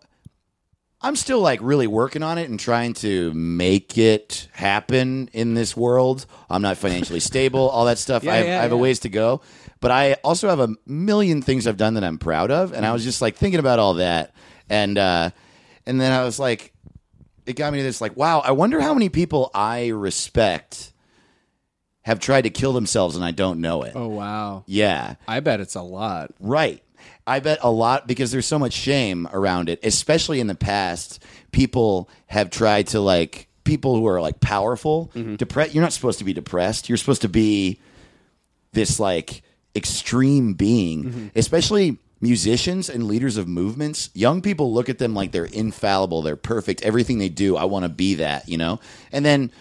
S3: i'm still like really working on it and trying to make it happen in this world i'm not financially stable all that stuff
S1: Yeah,
S3: i have,
S1: yeah,
S3: I have a
S1: yeah.
S3: ways to go but i also have a million things i've done that i'm proud of and i was just like thinking about all that and uh and then i was like it got me to this like wow i wonder how many people i respect have tried to kill themselves and i don't know it
S1: Oh, wow.
S3: yeah
S1: I bet it's a lot.
S3: Right. I bet a lot because there's so much shame around it, especially in the past. People have tried to like people who are like powerful. Depre- you're not supposed to be depressed. You're supposed to be this like extreme being, especially musicians and leaders of movements. Young people look at them like they're infallible, they're perfect. Everything they do, I want to be that, you know? And then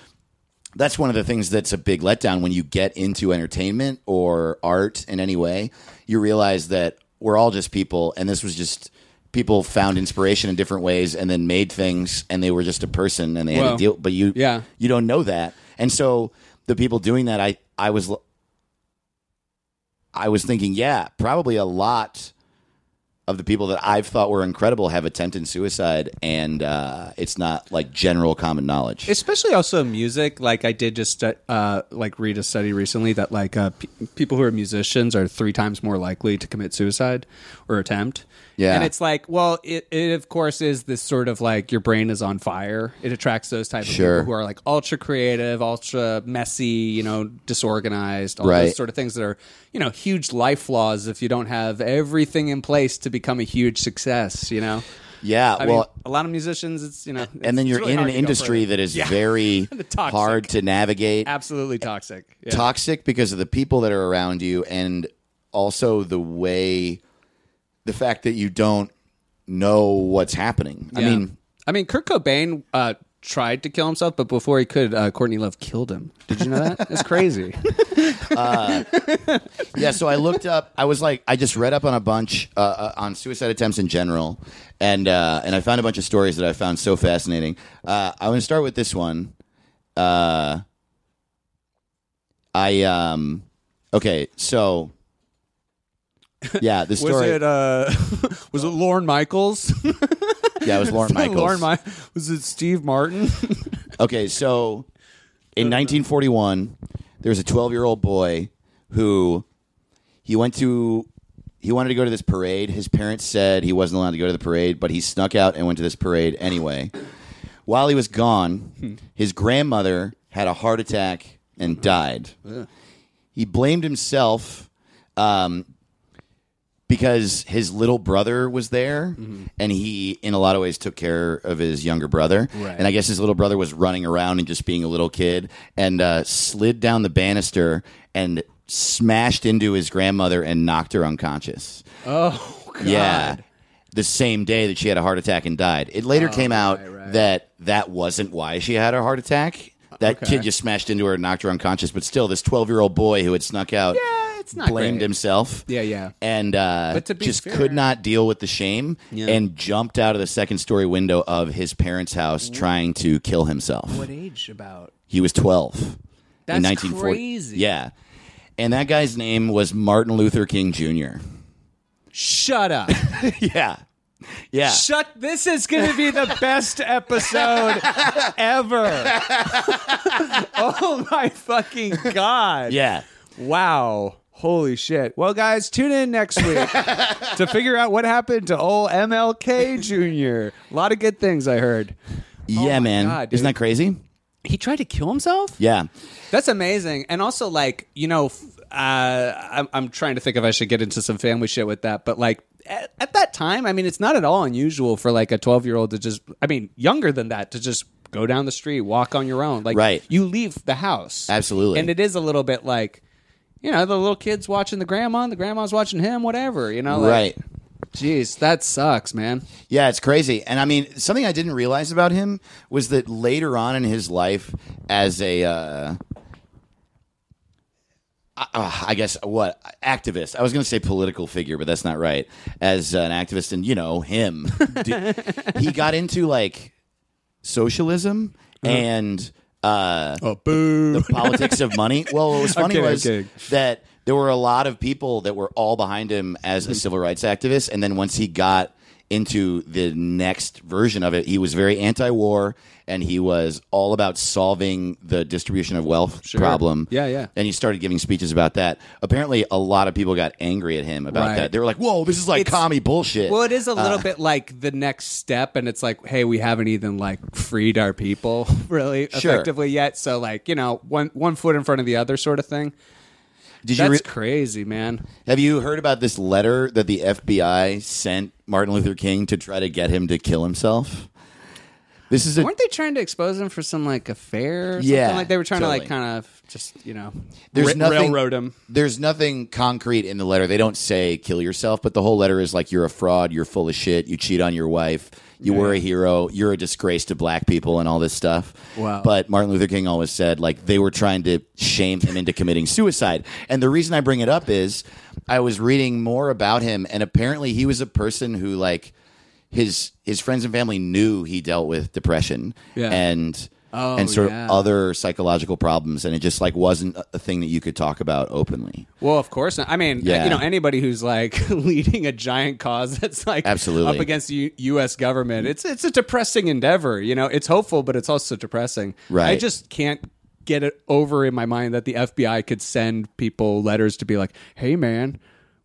S3: that's one of the things that's a big letdown when you get into entertainment or art in any way. You realize that we're all just people, and this was just people found inspiration in different ways and then made things, and they were just a person and they had
S1: Well,
S3: to deal. But you,
S1: yeah.
S3: you don't know that, and so the people doing that, I, I was, l- I was thinking, yeah, probably a lot of the people that I've thought were incredible have attempted suicide, and uh, it's not like general common knowledge.
S1: especially also in music like i did just uh, like read a study recently that like uh, pe- people who are musicians are three times more likely to commit suicide or attempt
S3: Yeah.
S1: and it's like well it, it of course is this sort of like your brain is on fire it attracts those type of
S3: Sure.
S1: people who are like ultra creative ultra messy you know disorganized all
S3: Right.
S1: those sort of things that are you know huge life flaws if you don't have everything in place to become a huge success you know
S3: yeah,
S1: I
S3: well.
S1: mean, a lot of musicians, it's you know, it's-
S3: and then
S1: it's
S3: you're
S1: really
S3: in an
S1: hard to go
S3: industry
S1: further.
S3: that is
S1: Yeah.
S3: very
S1: toxic.
S3: hard to navigate
S1: absolutely toxic. Yeah.
S3: toxic because of the people that are around you and also the way the fact that you don't know what's happening i
S1: Yeah.
S3: mean
S1: I mean, Kurt Cobain uh, tried to kill himself, but before he could, uh, Courtney Love killed him. Did you know that? That's crazy.
S3: yeah so i looked up i was like i just read up on a bunch uh, uh, on suicide attempts in general and uh, and i found a bunch of stories that i found so fascinating uh, i'm going to start with this one uh, i um okay so yeah the story
S1: uh, was it Lauren Michaels?
S3: Yeah, it was Lauren Michaels.
S1: Lauren, my, was it Steve Martin?
S3: Okay, so in 1941, there was a 12 year old boy who he went to. He wanted to go to this parade. His parents said he wasn't allowed to go to the parade, but he snuck out and went to this parade anyway. While he was gone, his grandmother had a heart attack and died. He blamed himself um, because his little brother was there and he in a lot of ways took care of his younger brother and i guess his little brother was running around and just being a little kid and uh, slid down the banister and smashed into his grandmother and knocked her unconscious
S1: oh, God. Oh,
S3: yeah the same day that she had a heart attack and died it later came out that that wasn't why she had a heart attack that kid just smashed into her and knocked her unconscious but still this 12 year old boy who had snuck out
S1: Yeah, it's not
S3: blamed
S1: great.
S3: himself
S1: Yeah, yeah.
S3: and uh,
S1: But to be
S3: just
S1: fair-
S3: could not deal with the shame and jumped out of the second story window of his parents' house trying to kill himself.
S1: What age about?
S3: He was 12.
S1: That's
S3: in 1940.
S1: crazy.
S3: Yeah. And that guy's name was Martin Luther King Jr.
S1: Shut up.
S3: yeah. Yeah.
S1: Shut. This is going to be the best episode ever. oh my fucking god.
S3: yeah.
S1: Oh Wow. Holy shit. Well, guys, tune in next week to figure out what happened to old MLK Jr. A lot of good things I heard.
S3: yeah,
S1: my
S3: man.
S1: God,
S3: Isn't
S1: dude.
S3: that crazy?
S1: He tried to kill himself?
S3: Yeah.
S1: That's amazing. And also, like, you know, f- uh, I'm, I'm trying to think if I should get into some family shit with that, but like, at, at that time, I mean, it's not at all unusual for like a 12 year old to just, I mean, younger than that, to just go down the street, walk on your own. Like,
S3: Right.
S1: you leave the house.
S3: Absolutely.
S1: And it is a little bit like, you know, the little kid's watching the grandma, and the grandma's watching him, whatever, you know? Like,
S3: Right.
S1: Jeez, that sucks, man.
S3: Yeah, it's crazy. And I mean, something I didn't realize about him was that later on in his life, as a, uh, uh, I guess what activist? I was going to say political figure, but that's not right. As an activist, and you know him, d- he got into like socialism
S1: Uh-huh.
S3: and uh,
S4: Oh, boo.
S3: the politics of money. Well, what was funny
S4: kidding, I'm
S3: was
S4: kidding.
S3: that there were a lot of people that were all behind him as
S1: Hmm.
S3: a civil rights activist, and then once he got into the next version of it, he was very anti-war and he was all about solving the distribution of wealth problem.
S1: Yeah, yeah.
S3: And he started giving speeches about that. Apparently, a lot of people got angry at him about
S1: Right.
S3: that. They were like, "Whoa, this is like
S1: It's-
S3: commie bullshit."
S1: Well, it is a
S3: Uh.
S1: little bit like the next step, and it's like, hey, we haven't even like freed our people really
S3: Sure.
S1: effectively yet. So, like, you know, one one foot in front of the other, sort of thing.
S3: Did you
S1: That's
S3: re-
S1: crazy, man.
S3: have you heard about this letter that the FBI sent Martin Luther King to try to get him to kill himself? This is a
S1: Weren't they trying to expose him for some like affair? Or
S3: Yeah,
S1: something? like they were trying to like
S3: totally.
S1: kind of just you know,
S3: there's
S1: ra-
S3: nothing
S1: railroad him.
S3: There's nothing concrete in the letter. They don't say kill yourself, but the whole letter is like you're a fraud, you're full of shit, you cheat on your wife, you were a hero, you're a disgrace to black people, and all this stuff.
S1: Wow.
S3: But Martin Luther King always said like they were trying to shame him into committing suicide. And the reason I bring it up is I was reading more about him, and apparently he was a person who like his his friends and family knew he dealt with depression
S1: Yeah.
S3: and
S1: Oh,
S3: and sort
S1: yeah.
S3: of other psychological problems and it just like wasn't a- a thing that you could talk about openly
S1: Well, of course. Not. I mean, uh,
S3: Yeah.
S1: you know, anybody who's like leading a giant cause that's like
S3: Absolutely.
S1: up against the U- U.S. government, it's it's a depressing endeavor. You know, it's hopeful, but it's also depressing. I
S3: Right.
S1: just can't get it over in my mind that the FBI could send people letters to be like, "Hey, man."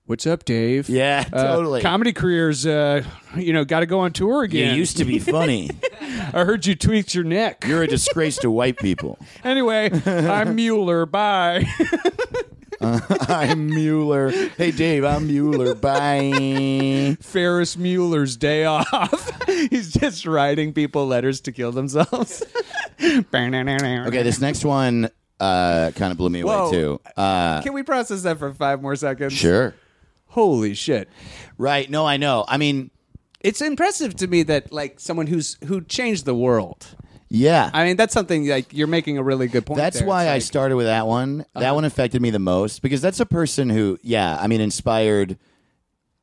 S1: What's up, Dave?
S3: Yeah,
S1: Uh,
S3: totally.
S4: Comedy careers, uh, you know, got to go on tour
S3: you
S4: again.
S3: used to be funny
S4: I heard you tweaked your neck.
S3: you're a disgrace to white people
S4: Anyway, I'm Mueller. Bye.
S3: i'm mueller hey dave i'm mueller bye
S4: Ferris Mueller's day off.
S1: He's just writing people letters to kill themselves.
S3: okay this next one uh kind of blew me away
S1: Whoa.
S3: too uh
S1: Can we process that for five more seconds?
S3: sure
S1: Holy shit.
S3: right no i know i mean
S1: It's impressive to me that like someone who's who changed the world.
S3: yeah
S1: I mean, that's something like you're making a really good point.
S3: That's
S1: there.
S3: why I
S1: It's like-
S3: started with that one. that one affected me the most because that's a person who, yeah, I mean, inspired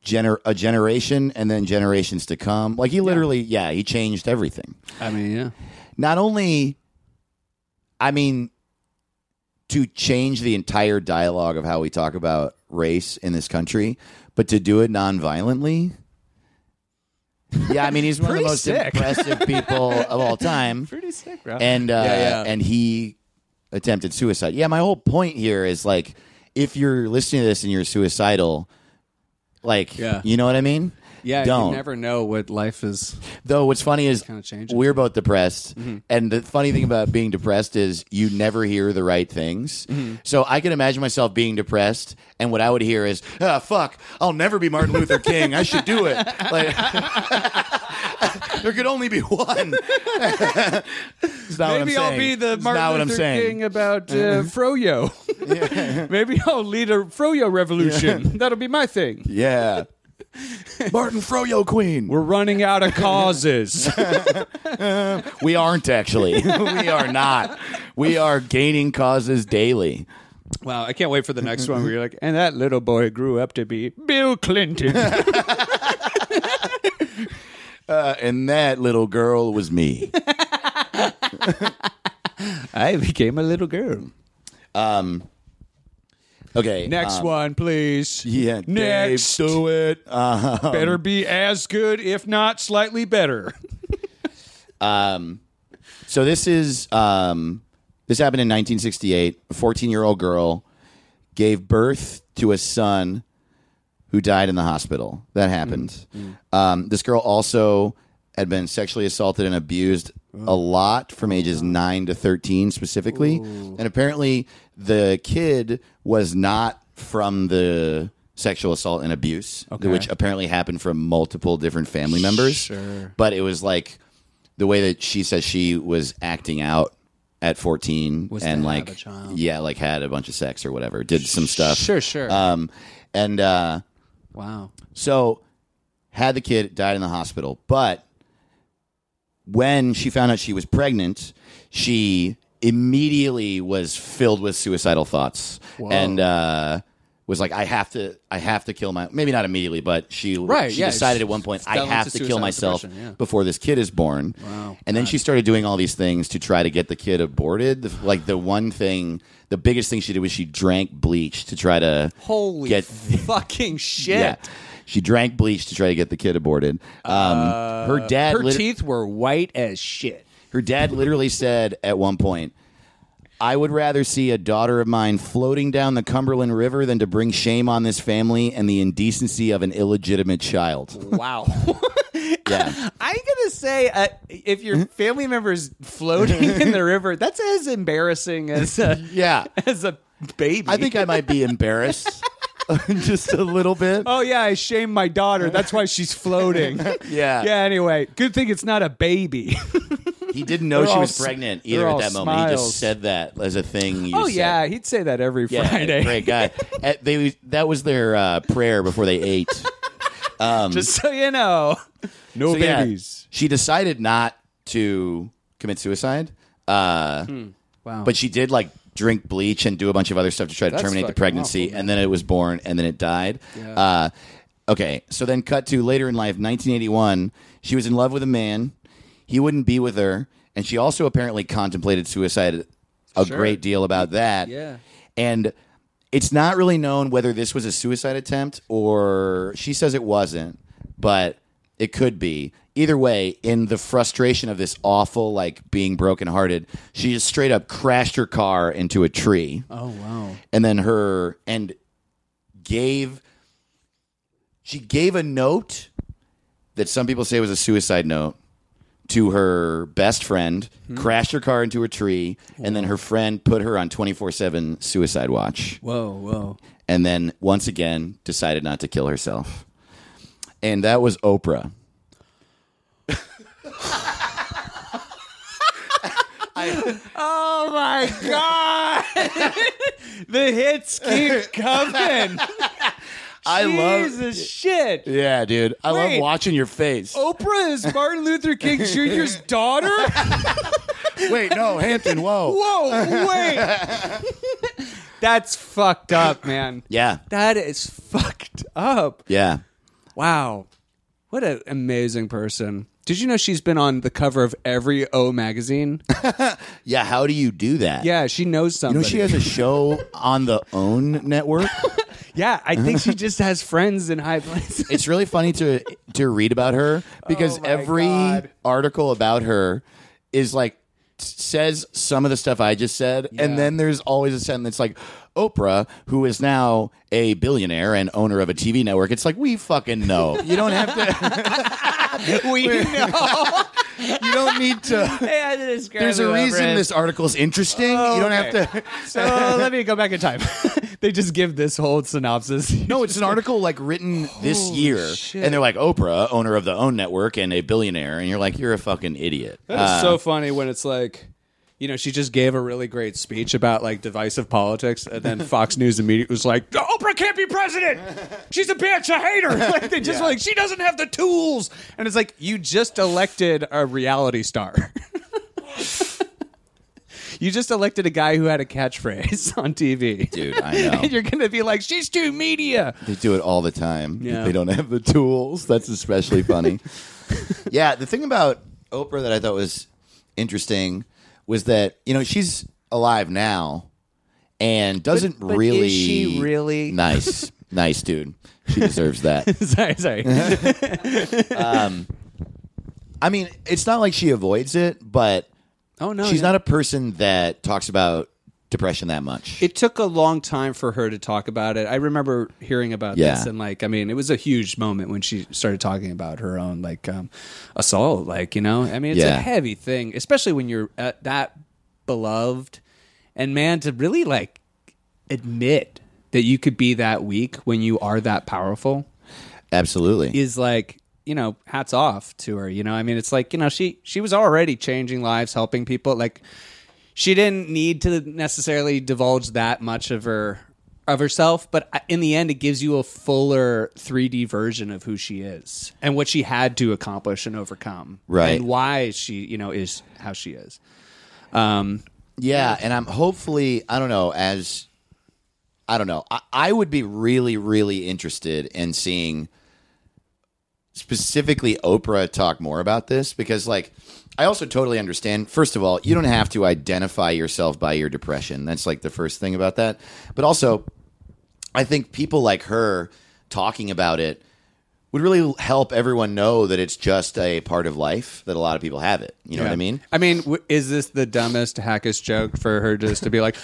S3: gener- a generation and then generations to come. Like he literally, yeah, he changed everything.
S1: I mean, yeah,
S3: Not only, I mean, to change the entire dialogue of how we talk about race in this country, but to do it non-violently Yeah, I mean he's one of
S1: Pretty
S3: the most
S1: sick.
S3: impressive people of all time.
S1: Pretty sick, bro.
S3: and uh,
S6: Yeah, yeah.
S3: and he attempted suicide. Yeah, my whole point here is like, if you're listening to this and you're suicidal, like,
S7: Yeah.
S3: you know what I mean?
S7: Yeah,
S3: don't.
S7: you never know what life is.
S3: Though what's funny is
S7: Kinda changes.
S3: we're both depressed,
S1: Mm-hmm.
S3: and the funny thing about being depressed is you never hear the right things.
S1: Mm-hmm.
S3: So I can imagine myself being depressed, and what I would hear is, "Ah, fuck! I'll never be Martin Luther King. I should do it." Like, there could only be one. It's not what I'm
S1: Maybe I'll
S3: saying.
S1: be the
S3: It's
S1: Martin
S3: not what I'm
S1: Luther
S3: saying.
S1: King about uh, Froyo. Maybe I'll lead a Froyo revolution. That'll be my thing.
S3: Yeah. Martin Froyo Queen. We're,
S1: We're running out of causes.
S3: we aren't actually. we are not. We are gaining causes daily.
S1: wow, I can't wait for the next one where you're like, and that little boy grew up to be Bill Clinton.
S3: Uh, and that little girl was me.
S1: I became a little girl.
S3: Um, okay.
S1: Next
S3: um,
S1: one, please.
S3: Yeah.
S1: Next.
S3: Dave, do it. Uh,
S1: Better be as good, if not slightly better.
S3: um, so this is um, this happened in 1968. A 14 year old girl gave birth to a son who died in the hospital. That happened.
S1: Mm.
S3: Um, this girl also had been sexually assaulted and abused
S1: Oh.
S3: a lot from ages 9 to 13 specifically. And apparently, the kid was not from the sexual assault and abuse, which apparently happened from multiple different family members. Sure. But it was like the way that she says she was acting out at 14 and
S7: to have
S3: like
S7: a child.
S3: yeah like had a bunch of sex or whatever did some stuff
S7: Sure, sure.
S1: Uh,
S3: um, and uh,
S7: wow.
S3: so had the kid, died in the hospital. But when she found out she was pregnant, she immediately was filled with suicidal thoughts and uh, was like, "I have to, I have to kill my." Maybe not immediately, but she
S7: Right,
S3: she
S7: yeah,
S3: decided
S7: she
S3: at one point,
S7: fell
S3: "I have
S7: into
S3: to kill
S7: suicidal
S3: myself
S7: depression, yeah.
S3: before this kid is born." Wow. And then she started doing all these things to try to get the kid aborted. The- Like the one thing, the biggest thing she did was she drank bleach to try to
S7: Holy
S3: get
S7: fucking shit.
S3: yeah. She drank bleach to try to get the kid aborted. Um,
S1: Uh,
S3: her dad,
S7: Her
S3: lit-
S7: teeth were white as shit.
S3: her dad literally said at one point, "I would rather see a daughter of mine floating down the Cumberland River than to bring shame on this family and the indecency of an illegitimate child."
S7: Wow.
S3: Yeah,
S6: I'm gonna say, uh, if
S1: Hmm?
S6: your family member's floating in the river, that's as embarrassing as uh, a,
S3: yeah.
S6: as a baby.
S3: I think I might be embarrassed just a little bit.
S1: Oh yeah, I shamed my daughter. That's why she's floating.
S3: Yeah.
S1: Yeah. Anyway, good thing it's not a baby.
S3: He didn't know
S1: They're
S3: she
S1: all
S3: was
S1: s-
S3: pregnant
S1: they're
S3: either at
S1: all
S3: that moment. He just
S1: smiles.
S3: said that as a thing. You
S1: oh
S3: said.
S1: yeah, he'd say that every
S3: Yeah,
S1: Friday.
S3: great guy. Uh, they that was their uh, prayer before they ate.
S1: Just so you know, no
S3: So, yeah, she decided not to commit suicide, uh,
S1: Hmm.
S7: Wow.
S3: but she did like drink bleach and do a bunch of other stuff to try to
S1: That's
S3: terminate the
S1: fucking
S3: pregnancy,
S1: awful,
S3: and then it was born, and then it died. Uh, okay, so then cut to later in life, 1981. She was in love with a man. He wouldn't be with her, and she also apparently contemplated suicide a great deal about that.
S7: Yeah.
S3: and. It's not really known whether this was a suicide attempt or she says it wasn't, but it could be. Either way, in the frustration of this awful, like being brokenhearted, she just straight up crashed her car into a tree.
S7: oh wow.
S3: And then her, and gave, she gave a note that some people say was a suicide note to her best friend,
S7: Hmm.
S3: crashed her car into a tree, and then her friend put her on 24 7 suicide watch
S7: Whoa, whoa.
S3: and then once again decided not to kill herself. And that was Oprah.
S1: Oh my god, the hits keep coming.
S3: I
S1: Jesus shit.
S3: Yeah, dude. I love
S1: Wait.
S3: watching your face.
S1: Oprah is Martin Luther King Jr.'s daughter?
S3: wait, no, Hampton, whoa.
S1: Whoa, wait. That's fucked up, man.
S3: Yeah.
S1: That is fucked up.
S3: Yeah.
S1: Wow. What an amazing person. Did you know she's been on the cover of every O magazine?
S3: Yeah, how do you do that?
S1: Yeah, she knows
S3: You
S1: something.
S3: know she has a show on the OWN network?
S8: Yeah, I think she just has friends in high places.
S3: it's really funny to to read about her because
S8: Oh my
S3: every
S8: God.
S3: article about her is like s- says some of the stuff I just said, and then there's always a sentence that's like Oprah, who is now a billionaire and owner of a TV network. It's like we fucking know. You don't have to.
S8: we know.
S3: You don't need to.
S8: Yeah, that is
S3: There's a
S8: incredibly
S3: reason
S8: outrageous.
S3: this article's interesting. you don't
S8: Oh,
S3: have to.
S8: So let me go back in time. they just give this whole synopsis.
S3: No, it's an article like written this year, and they're like Oprah, owner of the OWN network and a billionaire, and you're like, you're a fucking idiot.
S8: That is so funny when it's like, you know, she just gave a really great speech about like divisive politics, and then Fox News immediately was like, "Oprah can't be president. She's a bitch. I hate her." Like they just were like she doesn't have the tools, and it's like you just elected a reality star. You just elected a guy who had a catchphrase on TV.
S3: Dude, I know.
S8: And you're going to be like, she's too media.
S3: They do it all the time.
S8: Yeah.
S3: They don't have the tools. That's especially funny. yeah, the thing about Oprah that I thought was interesting was that, you know, she's alive now and doesn't
S8: but is
S3: really
S8: she really?
S3: nice. nice dude. She deserves that.
S8: sorry, sorry.
S3: I mean, it's not like she avoids it, but
S1: Oh no,
S3: she's not a person that talks about depression that much.
S1: It took a long time for her to talk about it. I remember hearing about
S3: Yeah.
S1: this and like I mean, it was a huge moment when she started talking about her own like um, assault. Like you know, I mean, it's
S3: Yeah.
S1: a heavy thing, especially when you're uh, that beloved. And man, to really like admit that you could be that weak when you are that powerful
S3: Absolutely.
S1: is like you know hats off to her you know i mean it's like you know she she was already changing lives helping people like she didn't need to necessarily divulge that much of her of herself but I- in the end it gives you a fuller 3d version of who she is and what she had to accomplish and overcome
S3: Right.
S1: and why she you know is how she is um
S3: Yeah, and I'm hopefully I don't know as I don't know. I, I would be really really interested in seeing specifically Oprah talk more about this because like I also totally understand. First of all, you don't have to identify yourself by your depression. That's like the first thing about that. But also I think people like her talking about it would really help everyone know that it's just a part of life that a lot of people have it. You know what I mean?
S1: i mean w- is this the dumbest hackest joke for her just to be like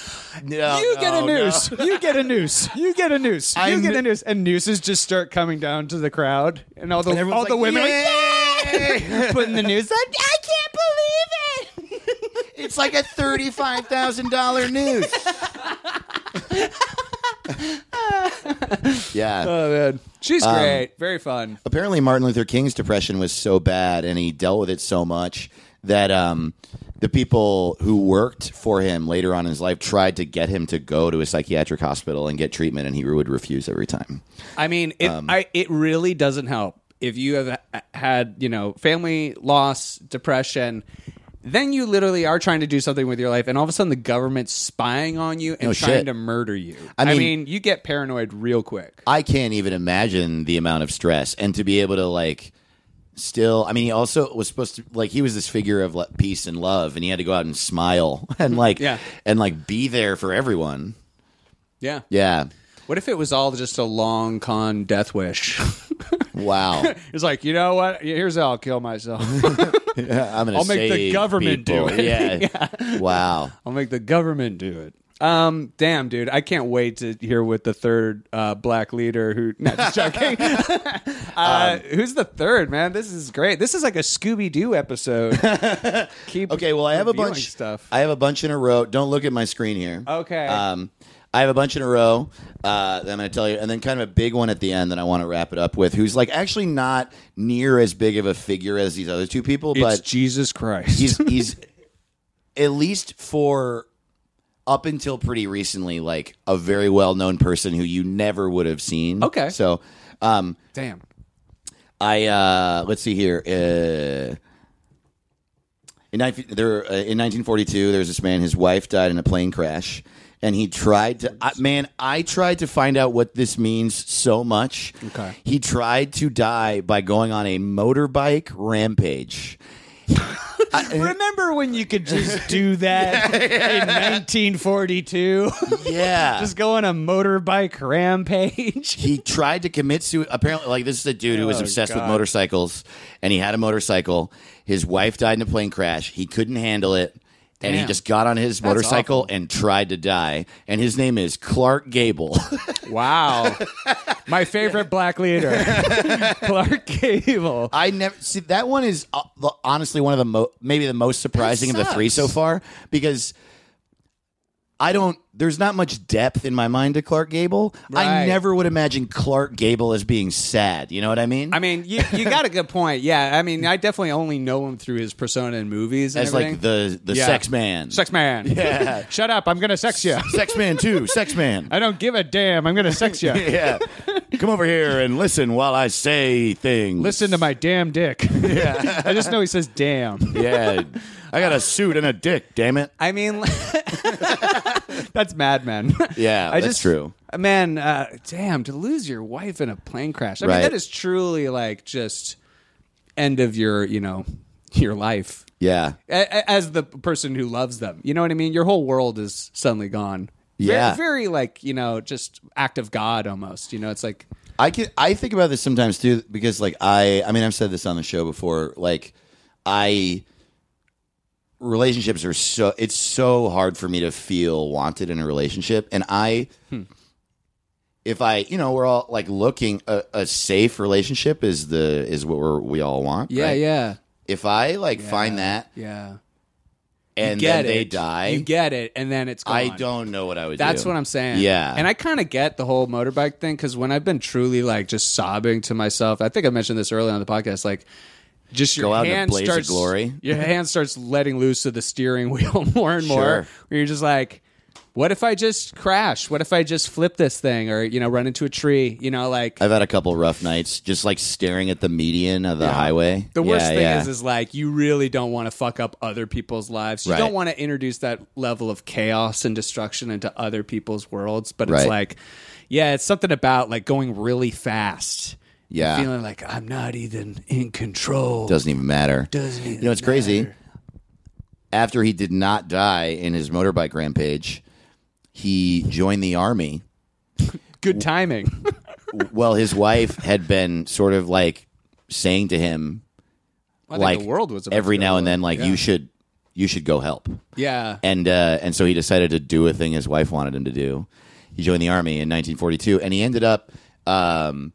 S3: No,
S8: You get a
S3: no, no.
S8: noose. You get a noose. You get a noose. You
S3: I'm-
S8: get a noose. And nooses just start coming down to the crowd, and all the all the women are like, "Yay!" putting the noose. on. I can't believe it.
S3: It's like a thirty-five thousand dollar noose. yeah.
S8: Oh man, she's
S1: Um,
S8: great. Very fun.
S3: Apparently, Martin Luther King's depression was so bad, and he dealt with it so much that um, the people who worked for him later on in his life tried to get him to go to a psychiatric hospital and get treatment, and he would refuse every time.
S1: I mean, it um, I it really doesn't help if you have h- had you know family loss, depression. Then you literally are trying to do something with your life, and all of a sudden the government's spying on you and
S3: No
S1: trying
S3: shit.
S1: to murder you.
S3: I
S1: I mean,
S3: mean-
S1: you get paranoid real quick.
S3: I can't even imagine the amount of stress and to be able to like still I mean he also was supposed to like he was this figure of like, peace and love and he had to go out and smile and like
S1: Yeah.
S3: and like be there for everyone.
S1: Yeah.
S3: Yeah.
S1: What if it was all just a long con death wish?
S3: Wow.
S8: It's like you know what? Here's how I'll kill myself.
S3: I'm gonna
S8: I'll make the
S3: save
S8: government do it.
S3: people. Yeah. Wow.
S8: I'll make the government do it. Um, damn, dude, I can't wait to hear what the third uh, black leader who. No, just joking.
S3: Um,
S8: uh, who's the third man? This is great. This is like a Scooby Doo episode. Keep
S3: Okay, well I have a
S8: reviewing
S3: bunch
S8: stuff.
S3: I have a bunch in a row. Don't look at my screen here.
S8: Okay.
S3: Um I have a bunch in a row uh, that I'm going to tell you, and then kind of a big one at the end that I want to wrap it up with. Who's like actually not near as big of a figure as these other two people,
S8: it's
S3: but
S8: Jesus Christ.
S3: he's he's at least for up until pretty recently like a very well-known person who you never would have seen
S1: Okay.
S3: so um
S1: Damn.
S3: i uh let's see here uh in, 19 there, uh, in 1942 there's this man his wife died in a plane crash and he tried to I, man i tried to find out what this means so much okay he tried to die by going on a motorbike rampage
S1: Remember when you could just do that in 1942?
S3: yeah.
S1: just go on a motorbike rampage.
S3: he tried to commit suicide. Apparently, like this is a dude who was
S1: Oh,
S3: obsessed with
S1: God.
S3: motorcycles, and he had a motorcycle. His wife died in a plane crash. He couldn't handle it, and he
S1: Damn.
S3: just got on his motorcycle and tried to die. And his name is Clark Gable.
S1: Wow. My favorite black leader, Clark Gable.
S3: I never see that one is uh, the- honestly one of the mo- maybe the most surprising of the three so far because I don't. There's not much depth in my mind to Clark Gable. I
S1: Right.
S3: never would imagine Clark Gable as being sad. You know what I mean?
S1: I mean, you, you got a good point. Yeah, I mean, I definitely only know him through his persona in movies. And
S3: as
S1: everything.
S3: like the the
S1: Yeah.
S3: sex man.
S1: sex man.
S3: Yeah.
S1: Shut up! I'm gonna sex you.
S3: Sex man too. Sex man.
S1: I don't give a damn. I'm gonna sex you.
S3: Yeah. Come over here and listen while I say things.
S1: Listen to my damn dick. Yeah. I just know he says damn.
S3: Yeah. I got a suit and a dick, damn it.
S1: I mean, that's Mad Men.
S3: Yeah,
S1: I
S3: that's
S1: just,
S3: true.
S1: Man, uh, damn, to lose your wife in a plane crash. I
S3: Right.
S1: mean, that is truly like just end of your, you know, your life.
S3: Yeah.
S1: A- a- As the person who loves them, you know what I mean. Your whole world is suddenly gone. Ve-
S3: Yeah.
S1: very, like you know, just act of God almost. You know, it's like
S3: I can I think about this sometimes too because like I I mean I've said this on the show before like I relationships are so it's so hard for me to feel wanted in a relationship and I
S1: Hmm.
S3: if I you know we're all like looking a, a safe relationship is the is what we're, we all want
S1: yeah,
S3: right?
S1: yeah,
S3: if I like find that
S1: yeah.
S3: and
S1: get
S3: then they
S1: it.
S3: die
S1: You get it, and then it's. Gone.
S3: I don't know what I would
S1: That's
S3: do.
S1: what I'm saying.
S3: Yeah.
S1: And I kind of get the whole motorbike thing because when I've been truly like just sobbing to myself, I think I mentioned this earlier on the podcast, like just your
S3: Go out in a
S1: hand
S3: blaze of
S1: starts
S3: glory.
S1: Your hand starts letting loose of the steering wheel more and
S3: Sure.
S1: more. Where you're just like, what if I just crash? What if I just flip this thing or you know run into a tree? You know, like
S3: I've had a couple rough nights just like staring at the median of the highway.
S1: The worst
S3: Yeah,
S1: thing
S3: yeah.
S1: is, is like you really don't want to fuck up other people's lives. You
S3: Right.
S1: don't want to introduce that level of chaos and destruction into other people's worlds. But it's
S3: Right.
S1: like, yeah, it's something about like going really fast. and
S3: Yeah.
S1: feeling like I'm not even in control.
S3: doesn't even matter.
S1: Doesn't
S3: you know? It's crazy. After he did not die in his motorbike rampage, he joined the army.
S1: Good timing.
S3: well, his wife had been sort of like saying to him,
S1: I think
S3: like
S1: the world was about to
S3: every
S1: go
S3: now and then,
S1: up.
S3: like
S1: Yeah.
S3: you should, you should go help.
S1: yeah,
S3: and uh, and so he decided to do a thing his wife wanted him to do. He joined the army in 1942, and he ended up um,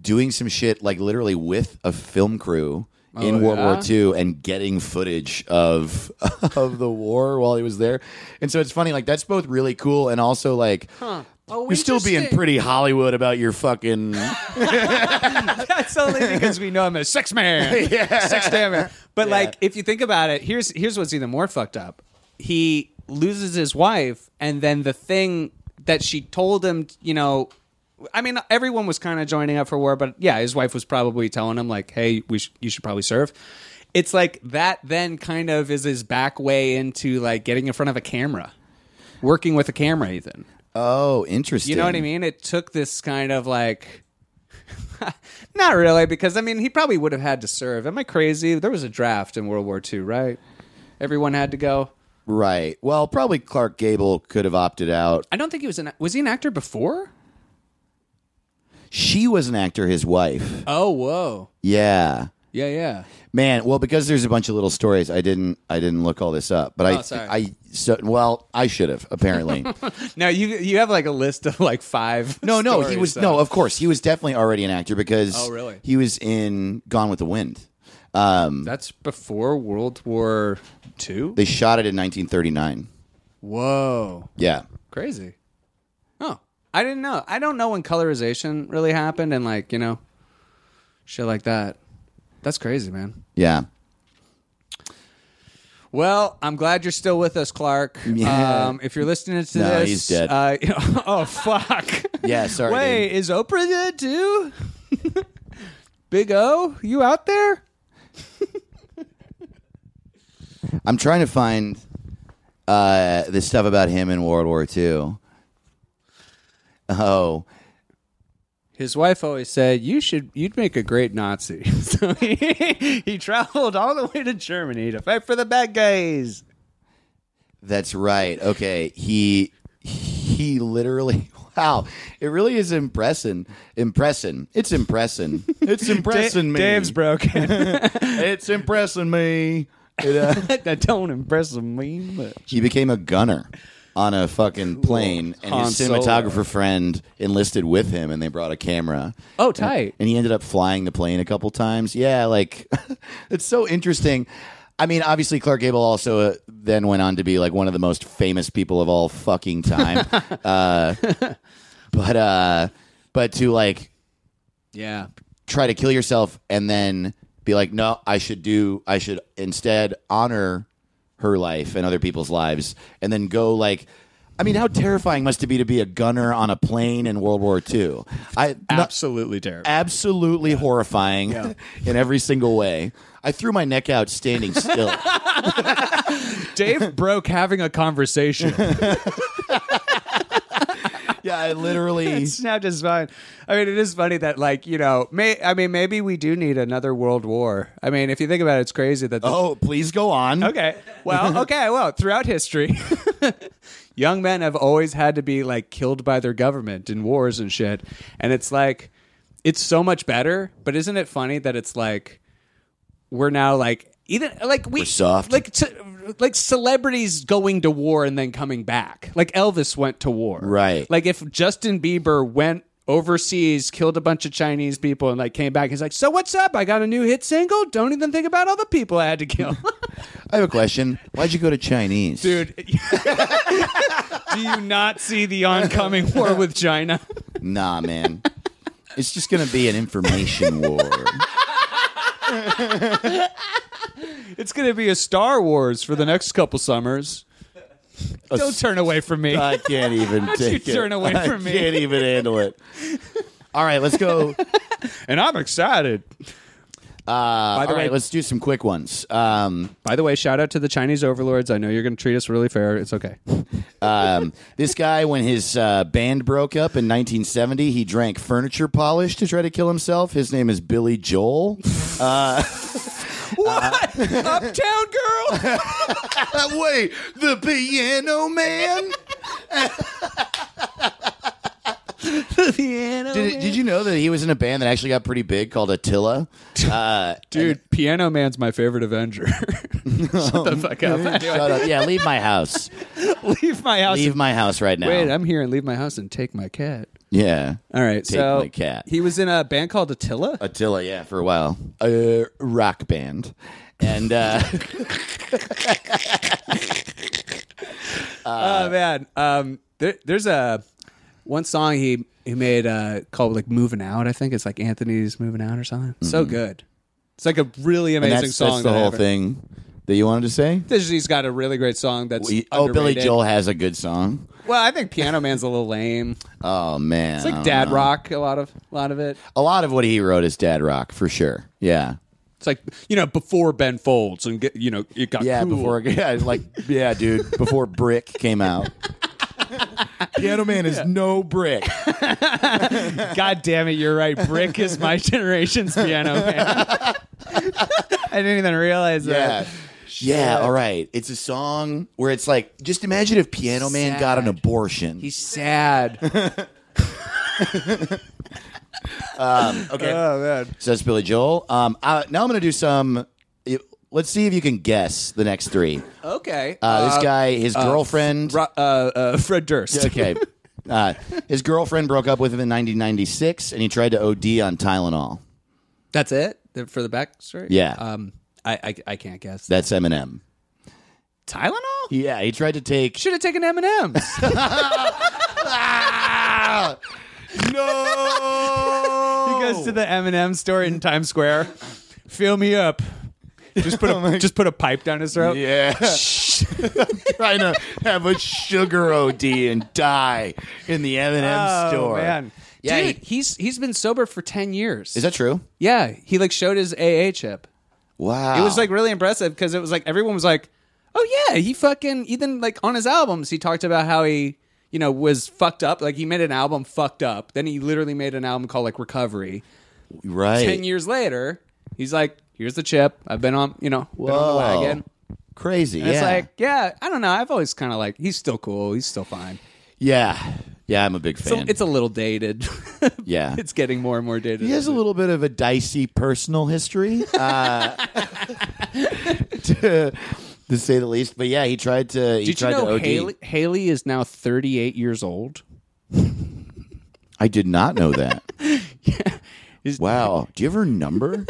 S3: doing some shit like literally with a film crew
S1: Oh,
S3: in World War II and getting footage of of the war while he was there. And so it's funny, like that's both really cool and also like. You're still being pretty Hollywood about your fucking.
S1: That's only because we know him as sex man. Sex damn But like if you think about it, here's here's what's even more fucked up. He loses his wife and then the thing that she told him, you know, I mean, everyone was kind of joining up for war, but yeah, his wife was probably telling him like, "Hey, we sh- you should probably serve." It's like that then kind of is his back way into like getting in front of a camera, working with a camera, Ethan.
S3: Oh, interesting.
S1: You know what I mean? It took this kind of like. Not really, because I mean, he probably would have had to serve. Am I crazy? There was a draft in World War II, right? Everyone had to go.
S3: Right. Well, probably Clark Gable could have opted out.
S1: I don't think he was an. Was he an actor before?
S3: She was an actor, his wife.
S1: Oh, whoa,
S3: Yeah.
S1: yeah, yeah.
S3: Man, well, because there's a bunch of little stories, I didn't, I didn't look all this up, but I,
S1: Oh, sorry.
S3: I, so, well, I should have apparently.
S1: Now you you have like a list of like five.
S3: no, no, he
S1: stories,
S3: was
S1: so-
S3: no, of course, he was definitely already an actor because,
S1: Oh, really?
S3: he was in Gone with the Wind. Um,
S1: That's before World War II.
S3: they shot it in 1939.
S1: Whoa,
S3: Yeah,
S1: crazy. Oh, I didn't know. I don't know when colorization really happened, and like you know, shit like that. That's crazy, man.
S3: yeah.
S1: Well, I'm glad you're still with us, Clark.
S3: Yeah.
S1: Um, if you're listening to
S3: No,
S1: this,
S3: he's dead.
S1: Uh, oh fuck.
S3: Yeah, sorry,
S1: Wait,
S3: dude.
S1: is Oprah dead too? Big O, you out there?
S3: I'm trying to find uh, this stuff about him in World War II. Oh,
S1: His wife always said, "You should, you'd make a great Nazi." so he, he traveled all the way to Germany to fight for the bad guys.
S3: That's right. Okay, he he literally. Wow, it really is impressing. Impressing. It's impressing. It's impressing me.
S1: Dave's broken.
S3: It's impressing me. It, uh,
S1: that don't impress me much.
S3: he became a gunner on a fucking plane, and
S1: Han
S3: his
S1: Solo.
S3: cinematographer friend enlisted with him, and they brought a camera.
S1: Oh, tight.
S3: and he ended up flying the plane a couple times. Yeah, like it's so interesting. I mean, obviously, Clark Gable also uh, then went on to be like one of the most famous people of all fucking time. uh, but uh, but to like
S1: Yeah.
S3: try to kill yourself and then be like, no, I should do, I should instead honor her life and other people's lives, and then go like. I mean, how terrifying must it be to be a gunner on a plane in World War II? I no-
S8: Absolutely terrible.
S3: absolutely horrifying in every single way. I threw my neck out standing still.
S8: Dave broke having a conversation.
S3: yeah, I literally.
S1: It's now just fine. I mean, it is funny that, like, you know, may, I mean, maybe we do need another world war. I mean, if you think about it, it's crazy that. The,
S3: Oh, please go on.
S1: Okay. Well, okay. Well, throughout history, young men have always had to be like killed by their government in wars and shit. And it's like, it's so much better. But isn't it funny that it's like, we're now like, even like we
S3: We're soft.
S1: like t- like celebrities going to war and then coming back. Like Elvis went to war,
S3: Right.
S1: Like if Justin Bieber went overseas, killed a bunch of Chinese people, and like came back, he's like, "So what's up? I got a new hit single. Don't even think about all the people I had to kill."
S3: I have a question. Why'd you go to Chinese?
S1: dude. do you not see the oncoming war with China?
S3: Nah, man. it's just going to be an information war.
S1: It's going to be a Star Wars for the next couple summers. Don't turn away from me.
S3: I can't even take it.
S1: turn away
S3: I
S1: from me.
S3: can't even handle it. All right, let's go.
S8: and I'm excited.
S1: Uh,
S3: All
S1: way-
S3: right, let's do some quick ones. Um,
S1: By the way, shout out to the Chinese overlords. I know you're going to treat us really fair. It's okay.
S3: Um, this guy, when his uh, band broke up in 1970, he drank furniture polish to try to kill himself. His name is Billy Joel.
S1: What? Uptown girl?
S3: Wait, the piano man?
S1: piano.
S3: Did, did you know that he was in a band that actually got pretty big called Attila? Uh,
S8: Dude, Piano Man's my favorite Avenger.
S1: Shut the fuck up.
S3: shut up. Yeah, leave my house.
S1: leave my house.
S3: Leave my house right now.
S1: Wait, I'm here and leave my house and take my cat.
S3: yeah.
S1: All right,
S3: Take
S1: so
S3: my cat.
S1: he was in a band called Attila.
S3: Attila, yeah, for a while. A rock band. And uh, Uh,
S1: oh man, um, there, there's a one song he he made uh, called like "Moving Out." I think it's like Anthony's "Moving Out" or something. So good. It's like a really
S3: Mm-hmm. and
S1: amazing
S3: that's,
S1: song.
S3: that's the
S1: that I
S3: whole
S1: haven't-
S3: thing that you wanted to say?
S1: This- He's got a really great song. That's
S3: We- oh, Billy
S1: underrated.
S3: Joel has a good song.
S1: Well, I think Piano Man's a little lame.
S3: Oh, man.
S1: It's like dad rock. A lot of a lot of it.
S3: a lot of what he wrote is dad rock for sure. Yeah.
S8: it's like, you know, before Ben Folds and, get, you know, it got
S3: Yeah,
S8: cool.
S3: before yeah, like yeah, dude, before Brick came out. Piano Man is no Brick.
S1: God damn it, you're right. Brick is my generation's Piano Man. I didn't even realize
S3: Yeah.
S1: that.
S3: Yeah, all right. It's a song where it's like just imagine if Piano Man got an
S1: Sad.
S3: abortion.
S1: He's sad.
S3: Um, okay.
S1: Oh,
S3: So that's Billy Joel. Um uh, now I'm going to do some it- let's see if you can guess the next 3.
S1: okay.
S3: Uh, this guy, his girlfriend
S1: Ro- uh, uh, Fred Durst.
S3: Okay. Uh, his girlfriend broke up with him in 1996 and he tried to OD on Tylenol.
S1: That's it The- for the backstory.
S3: Yeah.
S1: Um, I I, I can't guess.
S3: That's Eminem.
S1: Tylenol.
S3: Yeah, he tried to take
S1: Should have taken M and M's.
S3: No.
S1: He goes to the M and M store in Times Square. Fill me up. Just
S3: Oh
S1: put a just put a pipe down his throat.
S3: Yeah. trying to have a sugar OD and die in the M and M
S1: Oh
S3: store.
S1: man.
S3: Yeah,
S1: Dude,
S3: he-
S1: he's he's been sober for ten years.
S3: Is that true?
S1: yeah, he like showed his AA chip.
S3: Wow.
S1: It was like really impressive because it was like everyone was like, "Oh yeah, he fucking." Even like on his albums, he talked about how he you know, was fucked up. Like he made an album fucked up. Then he literally made an album called like Recovery.
S3: Right.
S1: Ten years later, he's like, "Here's the chip. I've been on, you know, been on the
S3: Whoa.
S1: wagon."
S3: Crazy.
S1: And
S3: yeah.
S1: It's like, yeah, I don't know. I've always kind of like, he's still cool. He's still fine.
S3: yeah. Yeah, I'm a big
S1: So
S3: fan.
S1: it's a little dated.
S3: yeah.
S1: it's getting more and more dated.
S3: He has a little bit of a dicey personal history, uh, to, to say the least. But yeah, he tried to. He
S1: Did you
S3: tried to
S1: know
S3: OD.
S1: Haley, Haley is now 38 years old?
S3: I did not know that.
S1: Is-
S3: wow. Do you have her number?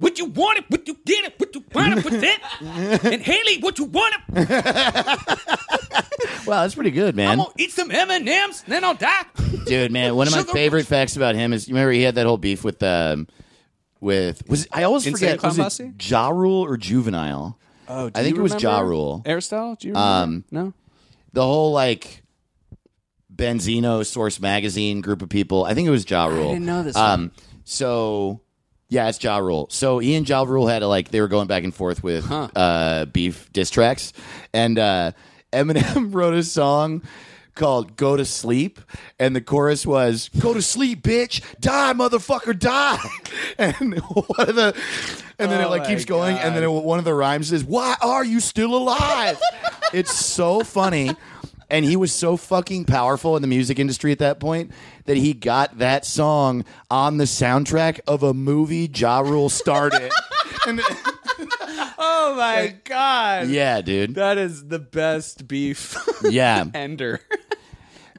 S9: Would you want it? Would you get it? Would you want it? Would that? And Haley, would you want it?
S3: wow, that's pretty good, man.
S9: eat some M and M's, then I'll die.
S3: Dude, man, one of my
S9: Sugar
S3: favorite facts about him is you remember he had that whole beef with um with was it- I always
S1: Insane
S3: forget was
S1: Clown Posse?
S3: it Ja Rule or Juvenile?
S1: Oh,
S3: I think it was Ja Rule.
S1: Aristotle? Do you remember?
S3: Um,
S1: no?
S3: The whole like Benzino Source Magazine group of people. I think it was Ja Rule.
S1: didn't know this
S3: Um, so yeah, it's Ja Rule. So he and Ja Rule had a, like they were going back and forth with uh, beef diss tracks, and uh, Eminem wrote a song called "Go to Sleep," and the chorus was "Go to sleep, bitch, die, motherfucker, die," and one of the and then it like keeps going, and then it, one of the rhymes is "Why are you still alive?" it's so funny. And he was so fucking powerful in the music industry at that point that he got that song on the soundtrack of a movie Ja Rule started. and,
S1: Oh my God.
S3: yeah, dude.
S1: That is the best beef
S3: Yeah.
S1: ender.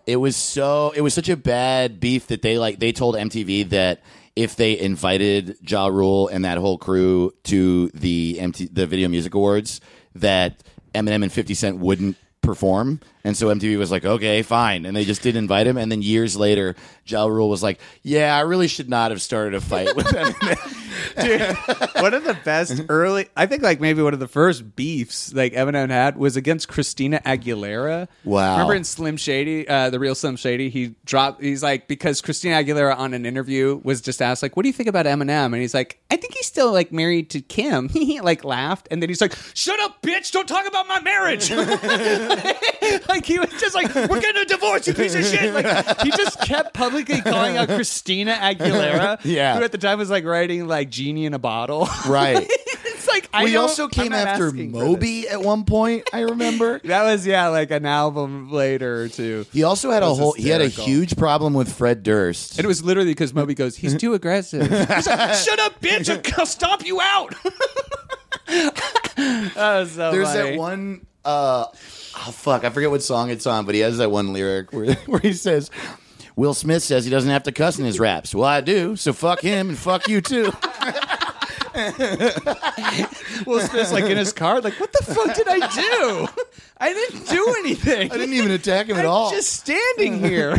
S3: It was so it was such a bad beef that they like they told MTV that if they invited Ja Rule and that whole crew to the MT, the Video Music Awards that Eminem and 50 Cent wouldn't perform. And so MTV was like, "Okay, fine." And they just didn't invite him and then years later Ja Rule was like, "Yeah, I really should not have started a fight with Eminem."
S1: one of the best early, I think like maybe one of the first beefs like Eminem had was against Christina Aguilera.
S3: Wow.
S1: Remember in Slim Shady, uh, the real Slim Shady, he dropped, he's like, because Christina Aguilera on an interview was just asked like, what do you think about Eminem? And he's like, I think he's still like married to Kim. He like laughed. And then he's like, shut up, bitch. Don't talk about my marriage. like he was just like, we're getting a divorce, you piece of shit. Like he just kept publicly calling out Christina Aguilera.
S3: Yeah.
S1: Who at the time was like writing like genie in a bottle.
S3: right.
S1: it's like I
S3: we
S1: don't-
S3: also
S1: I'm
S3: came
S1: not
S3: after
S1: asking for this.
S3: Moby at one point, I remember.
S1: That was yeah, like an album later or two.
S3: He also had a
S1: That's
S3: whole. He had a
S1: hysterical.
S3: huge problem with Fred Durst.
S1: And it was literally because Moby goes, he's too aggressive. He's like, Shut up, bitch! I'll- I'll stomp you out. that was so
S3: There's
S1: funny.
S3: that one. Uh, oh fuck! I forget what song it's on, but he has that one lyric where where he says, "Will Smith says he doesn't have to cuss in his raps. Well, I do, so fuck him and fuck you too."
S1: Will Smith's like in his car, like, what the fuck did I do? I didn't do anything.
S3: I didn't even attack him at
S1: I'm
S3: all.
S1: just standing here.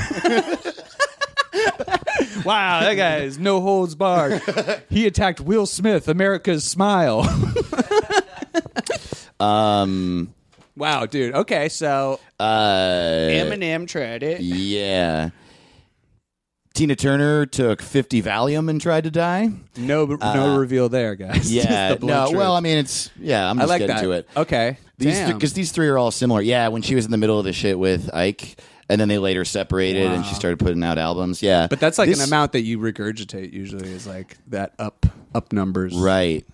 S1: wow, that guy is no holds barred. He attacked Will Smith, America's smile.
S3: um.
S1: wow, dude. Okay, so
S3: Uh.
S1: Eminem tried it.
S3: Yeah. Tina Turner took 50 Valium and tried to die.
S1: No, no reveal there, guys.
S3: Uh, Yeah.
S1: Just the
S3: No.
S1: blunt
S3: Well, I
S1: truth.
S3: mean, it's yeah. I'm just
S1: I like
S3: getting
S1: that.
S3: to it.
S1: Okay,
S3: These
S1: Damn.
S3: because these three are all similar. Yeah, when she was in the middle of the shit with Ike, and then they later separated, and she started putting out albums. Yeah,
S1: but that's like
S3: This-
S1: an amount that you regurgitate. Usually, is like that up up numbers.
S3: right?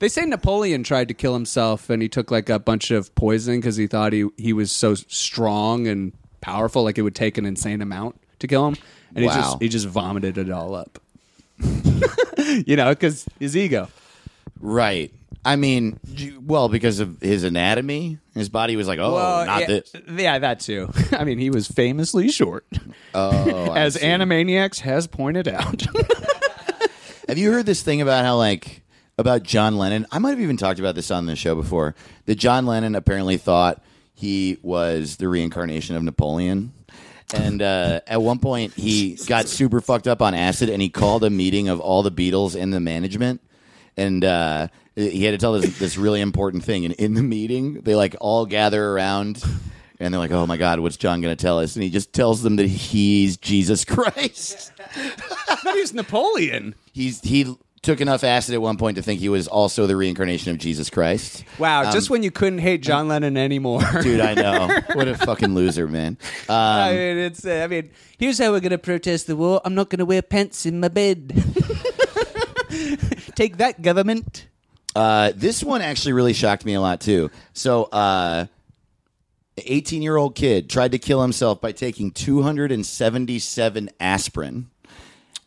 S1: They say Napoleon tried to kill himself and he took like a bunch of poison because he thought he, he was so strong and powerful, like it would take an insane amount to kill him. And he
S3: Wow.
S1: just he just vomited it all up. you know, because his ego.
S3: Right. I mean, j- well, because of his anatomy, his body was like, oh, not
S1: yeah,
S3: this.
S1: yeah, that too. I mean, he was famously short,
S3: Oh, I
S1: as
S3: see.
S1: Animaniacs has pointed out.
S3: Have you heard this thing about how like about John Lennon? I might have even talked about this on the show before. That John Lennon apparently thought he was the reincarnation of Napoleon. And uh, at one point, he got super fucked up on acid, and he called a meeting of all the Beatles and the management, and uh, he had to tell this this really important thing. And in the meeting, they like all gather around, and they're like, "Oh my God, what's John going to tell us?" And he just tells them that he's Jesus Christ.
S1: But he's Napoleon.
S3: He's he took enough acid at one point to think he was also the reincarnation of Jesus Christ.
S1: Wow,
S3: Um,
S1: just when you couldn't hate John Lennon anymore.
S3: dude, I know. what a fucking loser, man. Um,
S1: I mean, it's. Uh, I mean, here's how we're going to protest the war. I'm not going to wear pants in my bed. Take that, government.
S3: Uh, this one actually really shocked me a lot too. So, uh, 18 year old kid tried to kill himself by taking 277 aspirin.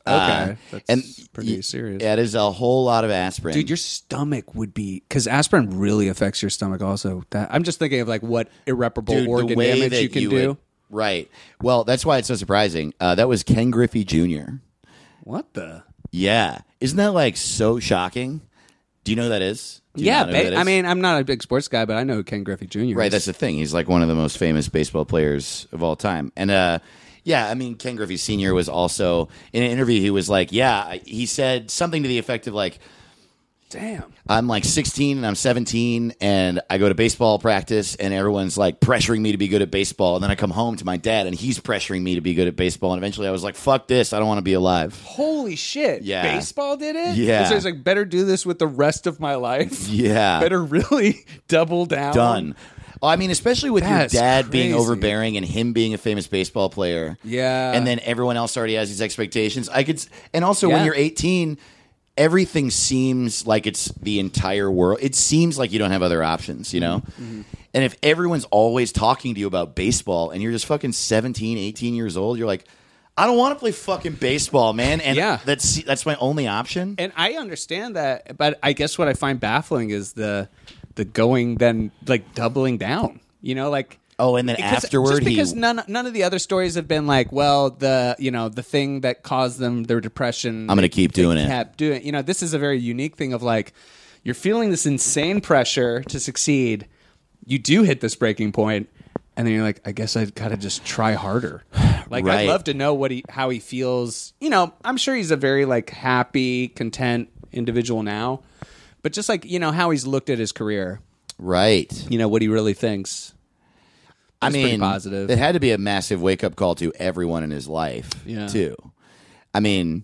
S1: Okay, that's
S3: Uh, y-
S1: pretty serious.
S3: That is a whole lot of aspirin.
S1: Dude, your stomach would be because aspirin really affects your stomach. Also, that I'm just thinking of like what irreparable
S3: Dude, the
S1: organ
S3: way
S1: damage
S3: that
S1: you can
S3: would-
S1: do.
S3: right. Well, that's why it's so surprising. Uh, that was Ken Griffey Jr.
S1: What the?
S3: Yeah. Isn't that like so shocking? Do you know who that is? Do you
S1: Yeah,
S3: not know who
S1: ba-
S3: that
S1: I
S3: is?
S1: mean, I'm not a big sports guy, but I know who Ken Griffey Jr.
S3: Right,
S1: is.
S3: that's the thing. He's like one of the most famous baseball players of all time. And uh yeah, I mean Ken Griffey Sr. was also in an interview he was like, yeah, he said something to the effect of like
S1: damn.
S3: I'm like 16 and I'm 17 and I go to baseball practice and everyone's like pressuring me to be good at baseball and then I come home to my dad and he's pressuring me to be good at baseball and eventually I was like fuck this, I don't want to be alive.
S1: Holy shit!
S3: Yeah.
S1: baseball did it.
S3: Yeah.
S1: so he's like, better do this with the rest of my life.
S3: Yeah.
S1: better really double down.
S3: done. Oh, I mean, especially with
S1: That's
S3: your dad being
S1: crazy.
S3: overbearing and him being a famous baseball player.
S1: Yeah.
S3: And then everyone else already has these expectations. I could, s- and also
S1: Yeah.
S3: when you're 18, everything seems like it's the entire world. It seems like you don't have other options, you know?
S1: Mm-hmm.
S3: And if everyone's always talking to you about baseball and you're just fucking 17, 18 years old, you're like, I don't want to play fucking baseball, man. And
S1: Yeah.
S3: that's that's my only option.
S1: And I understand that, but I guess what I find baffling is the the going then like doubling down. You know, like
S3: Oh, and then
S1: because-
S3: afterward
S1: just
S3: he-
S1: because none none of the other stories have been like, well, the you know the thing that caused them their depression.
S3: I'm gonna keep doing it.
S1: Kept doing. You know, this is a very unique thing of like you're feeling this insane pressure to succeed. You do hit this breaking point, And then you're like, I guess I gotta just try harder. Like I'd
S3: Right.
S1: love to know what he, how he feels. You know, I'm sure he's a very like happy, content individual now, but just like you know how he's looked at his career,
S3: right.
S1: you know what he really thinks.
S3: I
S1: That's
S3: mean,
S1: pretty positive.
S3: It had to be a massive wake up call to everyone in his life,
S1: Yeah.
S3: too. I mean,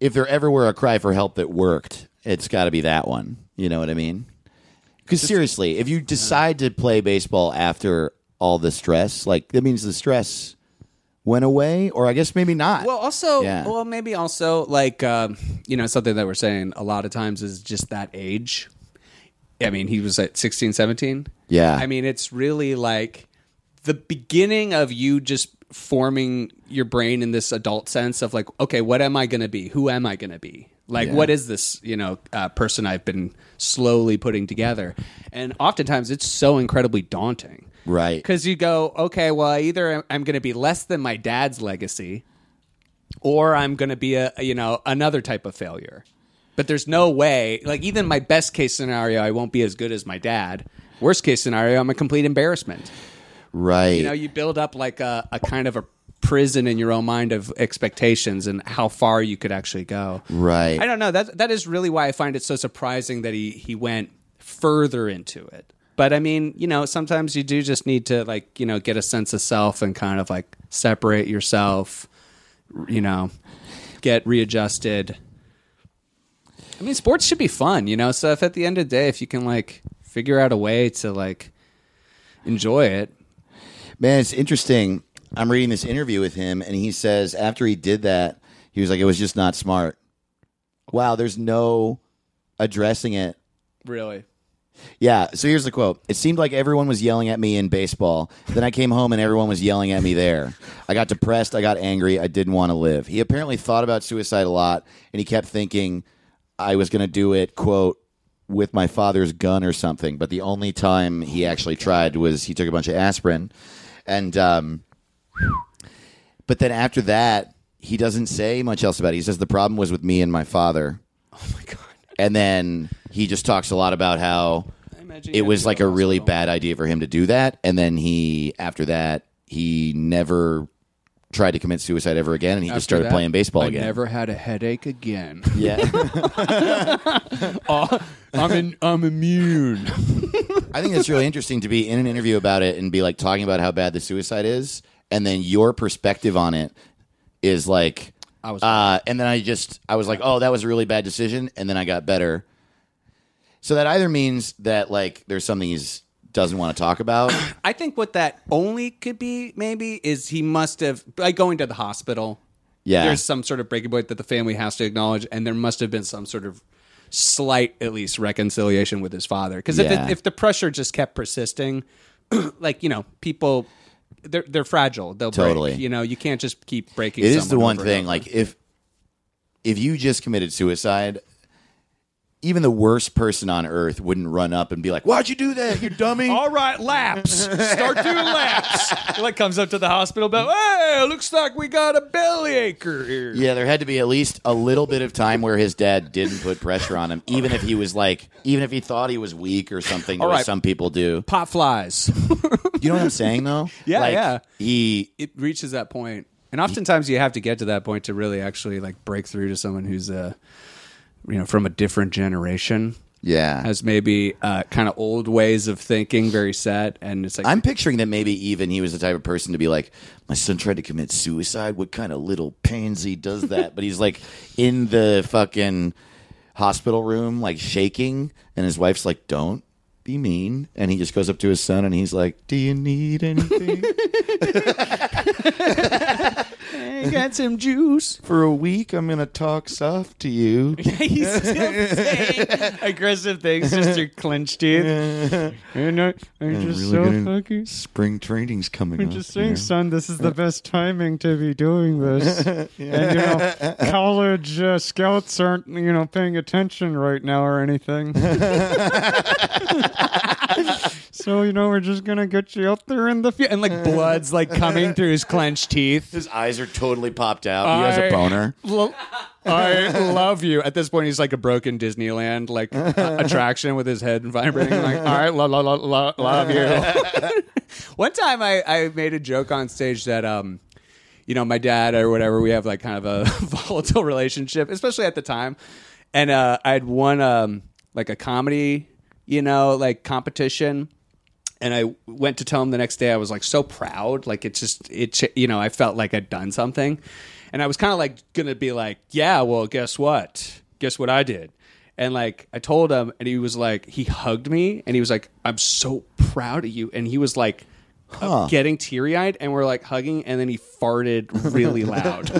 S3: if there ever were a cry for help that worked, it's got to be that one. You know what I mean? Because seriously, if you decide to play baseball after all the stress, like that means the stress went away, or I guess maybe not.
S1: Well, also,
S3: Yeah.
S1: well, maybe also like um, you know something that we're saying a lot of times is just that age. I mean, he was at 16, 17.
S3: Yeah.
S1: I mean, it's really like the beginning of you just forming your brain in this adult sense of like, okay, what am I going to be? Who am I going to be? Like, what is this, you know, uh, person I've been slowly putting together? And oftentimes it's so incredibly daunting.
S3: Right.
S1: Because you go, okay, well, either I'm- I'm going to be less than my dad's legacy or I'm going to be a, you know, another type of failure. But there's no way, like, even my best case scenario, I won't be as good as my dad. Worst case scenario, I'm a complete embarrassment.
S3: right.
S1: You know, you build up like a, a kind of a prison in your own mind of expectations and how far you could actually go.
S3: right.
S1: I don't know. That that is really why I find it so surprising that he he went further into it. But I mean, you know, sometimes you do just need to like, you know, get a sense of self and kind of like separate yourself, you know, get readjusted. I mean, sports should be fun, you know. So if at the end of the day if you can like figure out a way to like enjoy it,
S3: Man, it's interesting. I'm reading this interview with him, and he says after he did that, he was like, it was just not smart. Wow, there's no addressing it.
S1: really.
S3: Yeah, so here's the quote It seemed like everyone was yelling at me in baseball. Then I came home and everyone was yelling at me there. I got depressed. I got angry. I didn't want to live. He apparently thought about suicide a lot, and he kept thinking I was going to do it, quote, with my father's gun or something. But the only time he actually tried was he took a bunch of aspirin. And, um, but then after that, he doesn't say much else about it. He says the problem was with me and my father.
S1: my god.
S3: And then he just talks a lot about how
S1: imagine
S3: it was like a really bad idea for him to do that. And then he, after that, he never tried to commit suicide ever again. And he just started playing baseball
S1: I
S3: again.
S1: never had a headache again.
S3: yeah.
S10: I'm in, I'm immune.
S3: I think it's really interesting to be in an interview about it and be like talking about how bad the suicide is. And then your perspective on it is like,
S1: I was
S3: Uh, and then I just I was like, oh, that was a really bad decision, and then I got better. So that either means that like there's something he's doesn't want to talk about.
S1: I think what that only could be maybe is he must have by going to the hospital.
S3: Yeah.
S1: there's some sort of breaking point that the family has to acknowledge, and there must have been some sort of slight, at least, reconciliation with his father. Because if
S3: Yeah.
S1: it, if the pressure just kept persisting, like you know, people they're they're fragile. They'll break.
S3: Totally.
S1: You know, you can't just keep breaking.
S3: It is the
S1: someone
S3: one
S1: over and
S3: thing.
S1: over.
S3: Like if if you just committed suicide, even the worst person on earth wouldn't run up and be like, "Why'd you do that, you dummy?"
S4: All right, laps. Start doing laps. Like comes up to the hospital bell. Hey, looks like we got a belly acher here.
S3: Yeah, there had to be at least a little bit of time where his dad didn't put pressure on him, even if he was like, even if he thought he was weak or something. the way
S1: right.
S3: some people do.
S1: pot flies.
S3: You know what I'm saying, though?
S1: Yeah,
S3: Like,
S1: yeah.
S3: He
S1: it reaches that point and oftentimes you have to get to that point to really actually like break through to someone who's uh you know from a different generation
S3: Yeah.
S1: has maybe uh kind of old ways of thinking very set and it's like
S3: I'm picturing that maybe even he was the type of person to be like, my son tried to commit suicide. What kind of little pansy does that? but he's like in the fucking hospital room, like shaking, and his wife's like, don't be mean. And he just goes up to his son and he's like, do you need anything
S1: I got some juice
S3: for a week? I'm gonna talk soft to you.
S4: He's still saying aggressive things just through clenched teeth. And I, I'm
S3: really
S4: just so
S3: good oh, at-
S4: fucking.
S3: Spring training's coming.
S4: I'm
S3: up,
S4: just
S3: you
S4: saying,
S3: know?
S4: son, this is the best timing to be doing this. And, you know, college uh, scouts aren't, you know, paying attention right now or anything. so, you know, we're just going to get you out there in the field.
S8: and like blood's like coming through his clenched teeth.
S3: His eyes are totally popped out. he has a
S8: I-
S3: boner.
S8: I love you. At this point, he's like a broken Disneyland like a- attraction with his head vibrating. Like, all right, lo- lo- lo- lo- love you.
S1: One time I, I made a joke on stage that, um, you know, my dad or whatever, we have like kind of a volatile relationship, especially at the time. And uh, I had won um, like a comedy, you know, like competition. And I went to tell him the next day. I was like so proud. Like it just, it, ch- you know, I felt like I'd done something. And I was kind of like going to be like, yeah, well, guess what? Guess what I did? And like I told him, and he was like, he hugged me, and he was like, "I'm so proud of you." And he was like, uh, getting teary eyed, and we're like hugging, and then he farted really loud.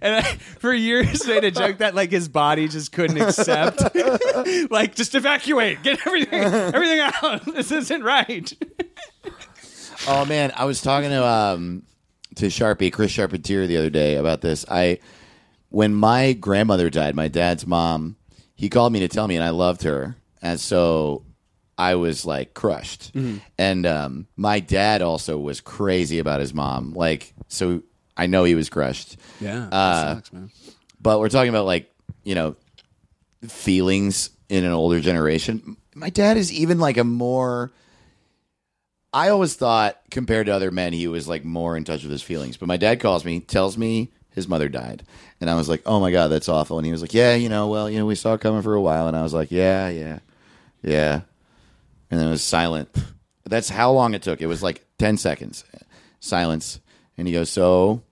S1: and I, for years, made a joke that like his body just couldn't accept, like just evacuate, get everything, everything out. This isn't right.
S3: Oh man, I was talking to um to Sharpie, Chris Charpentier the other day about this. I when my grandmother died, my dad's mom, he called me to tell me and I loved her. And so I was like crushed. And um my dad also was crazy about his mom. Like so I know he was crushed.
S1: Yeah,
S3: Uh,
S1: sucks, man.
S3: But we're talking about like, you know, feelings in an older generation. My dad is even like a more I always thought compared to other men he was like more in touch with his feelings. But my dad calls me, tells me his mother died. And I was like, "Oh my god, that's awful." And he was like, "Yeah, you know, well, you know, we saw it coming for a while." And I was like, "Yeah, yeah. Yeah." And then it was silent. That's how long it took. It was like 10 seconds. Silence. And he goes, "So,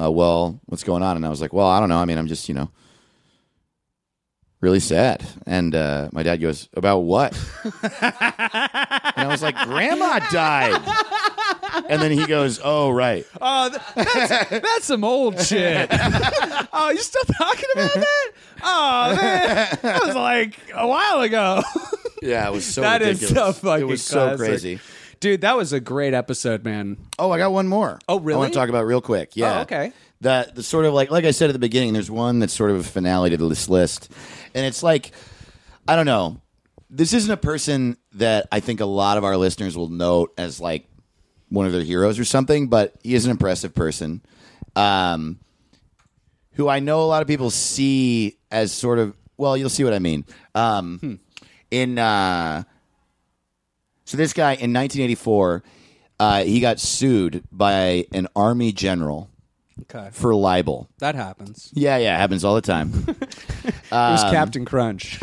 S3: uh, well, what's going on? And I was like, well, I don't know. I mean, I'm just, you know, really sad. And uh, my dad goes, about what? and I was like, grandma died. And then he goes, oh, right.
S8: That's some old shit. oh, you still talking about that? Oh man, that was like a while ago.
S3: Yeah, it was so
S8: That is
S3: ridiculous.
S8: so fucking
S3: It was so
S8: classic.
S3: crazy.
S8: Dude, that was a great episode, man.
S3: Oh, I got one more. Oh,
S8: really?
S3: I want to talk about real quick. Yeah.
S8: Oh, okay.
S3: That the sort of like like I said at the beginning, there's one that's sort of a finale to this list, and it's like I don't know. This isn't a person that I think a lot of our listeners will note as like one of their heroes or something, but he is an impressive person. Um, who I know a lot of people see as sort of well, you'll see what I mean. Um,
S8: Hmm.
S3: In uh, so this guy in 1984, uh, he got sued by an army general
S1: Okay,
S3: for libel.
S1: that happens.
S3: Yeah, yeah, it happens all the time. Um,
S1: it was Captain Crunch.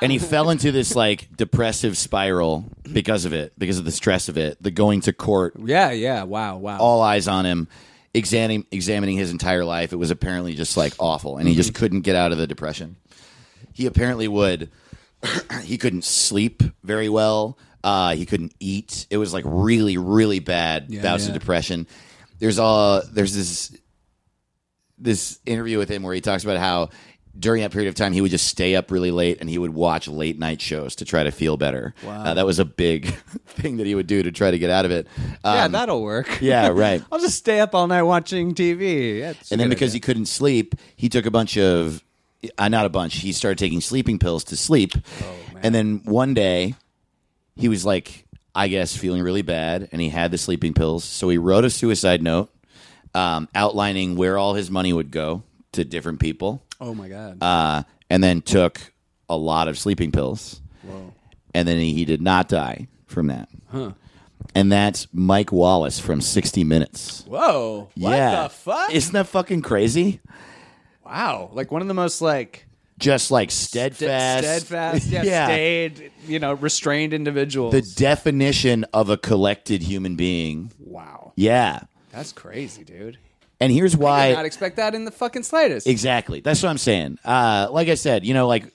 S3: and he fell into this like depressive spiral because of it, because of the stress of it, the going to court, Um,
S1: yeah, yeah. Wow, wow.
S3: all eyes on him. examining examining his entire life. It was apparently just like awful, and he just couldn't get out of the depression. He apparently would. he couldn't sleep very well. Uh, he couldn't eat. It was like really, really bad bouts of depression. There's uh, there's this this interview with him where he talks about how during that period of time he would just stay up really late and he would watch late night shows to try to feel better. Wow, that was a big thing that he would do to try to get out of it.
S11: yeah,
S3: Um,
S11: that'll work.
S3: yeah, right.
S11: I'll just stay up all night watching TV. That's
S3: and
S11: a
S3: then
S11: good
S3: because he
S11: idea.
S3: couldn't sleep, he took a bunch of, uh, not a bunch. He started taking sleeping pills to sleep,
S1: Oh,
S3: and then one day, he was like, I guess, feeling really bad, and he had the sleeping pills. So he wrote a suicide note, um, outlining where all his money would go to different people
S11: oh my god,
S3: uh, and then took a lot of sleeping pills. And then he, he did not die from that. And that's Mike Wallace from 60 Minutes.
S1: Whoa. What
S3: yeah.
S1: the fuck?
S3: Isn't that fucking crazy?
S1: wow. Like one of the most like
S3: Just like
S1: st-
S3: steadfast.
S1: steadfast, yeah, stayed, you know, restrained individuals.
S3: The definition of a collected human being.
S1: wow.
S3: Yeah.
S1: That's crazy, dude.
S3: And here's why.
S1: I did not expect that in the fucking slightest.
S3: Exactly. That's what I'm saying. Uh, like I said, you know, like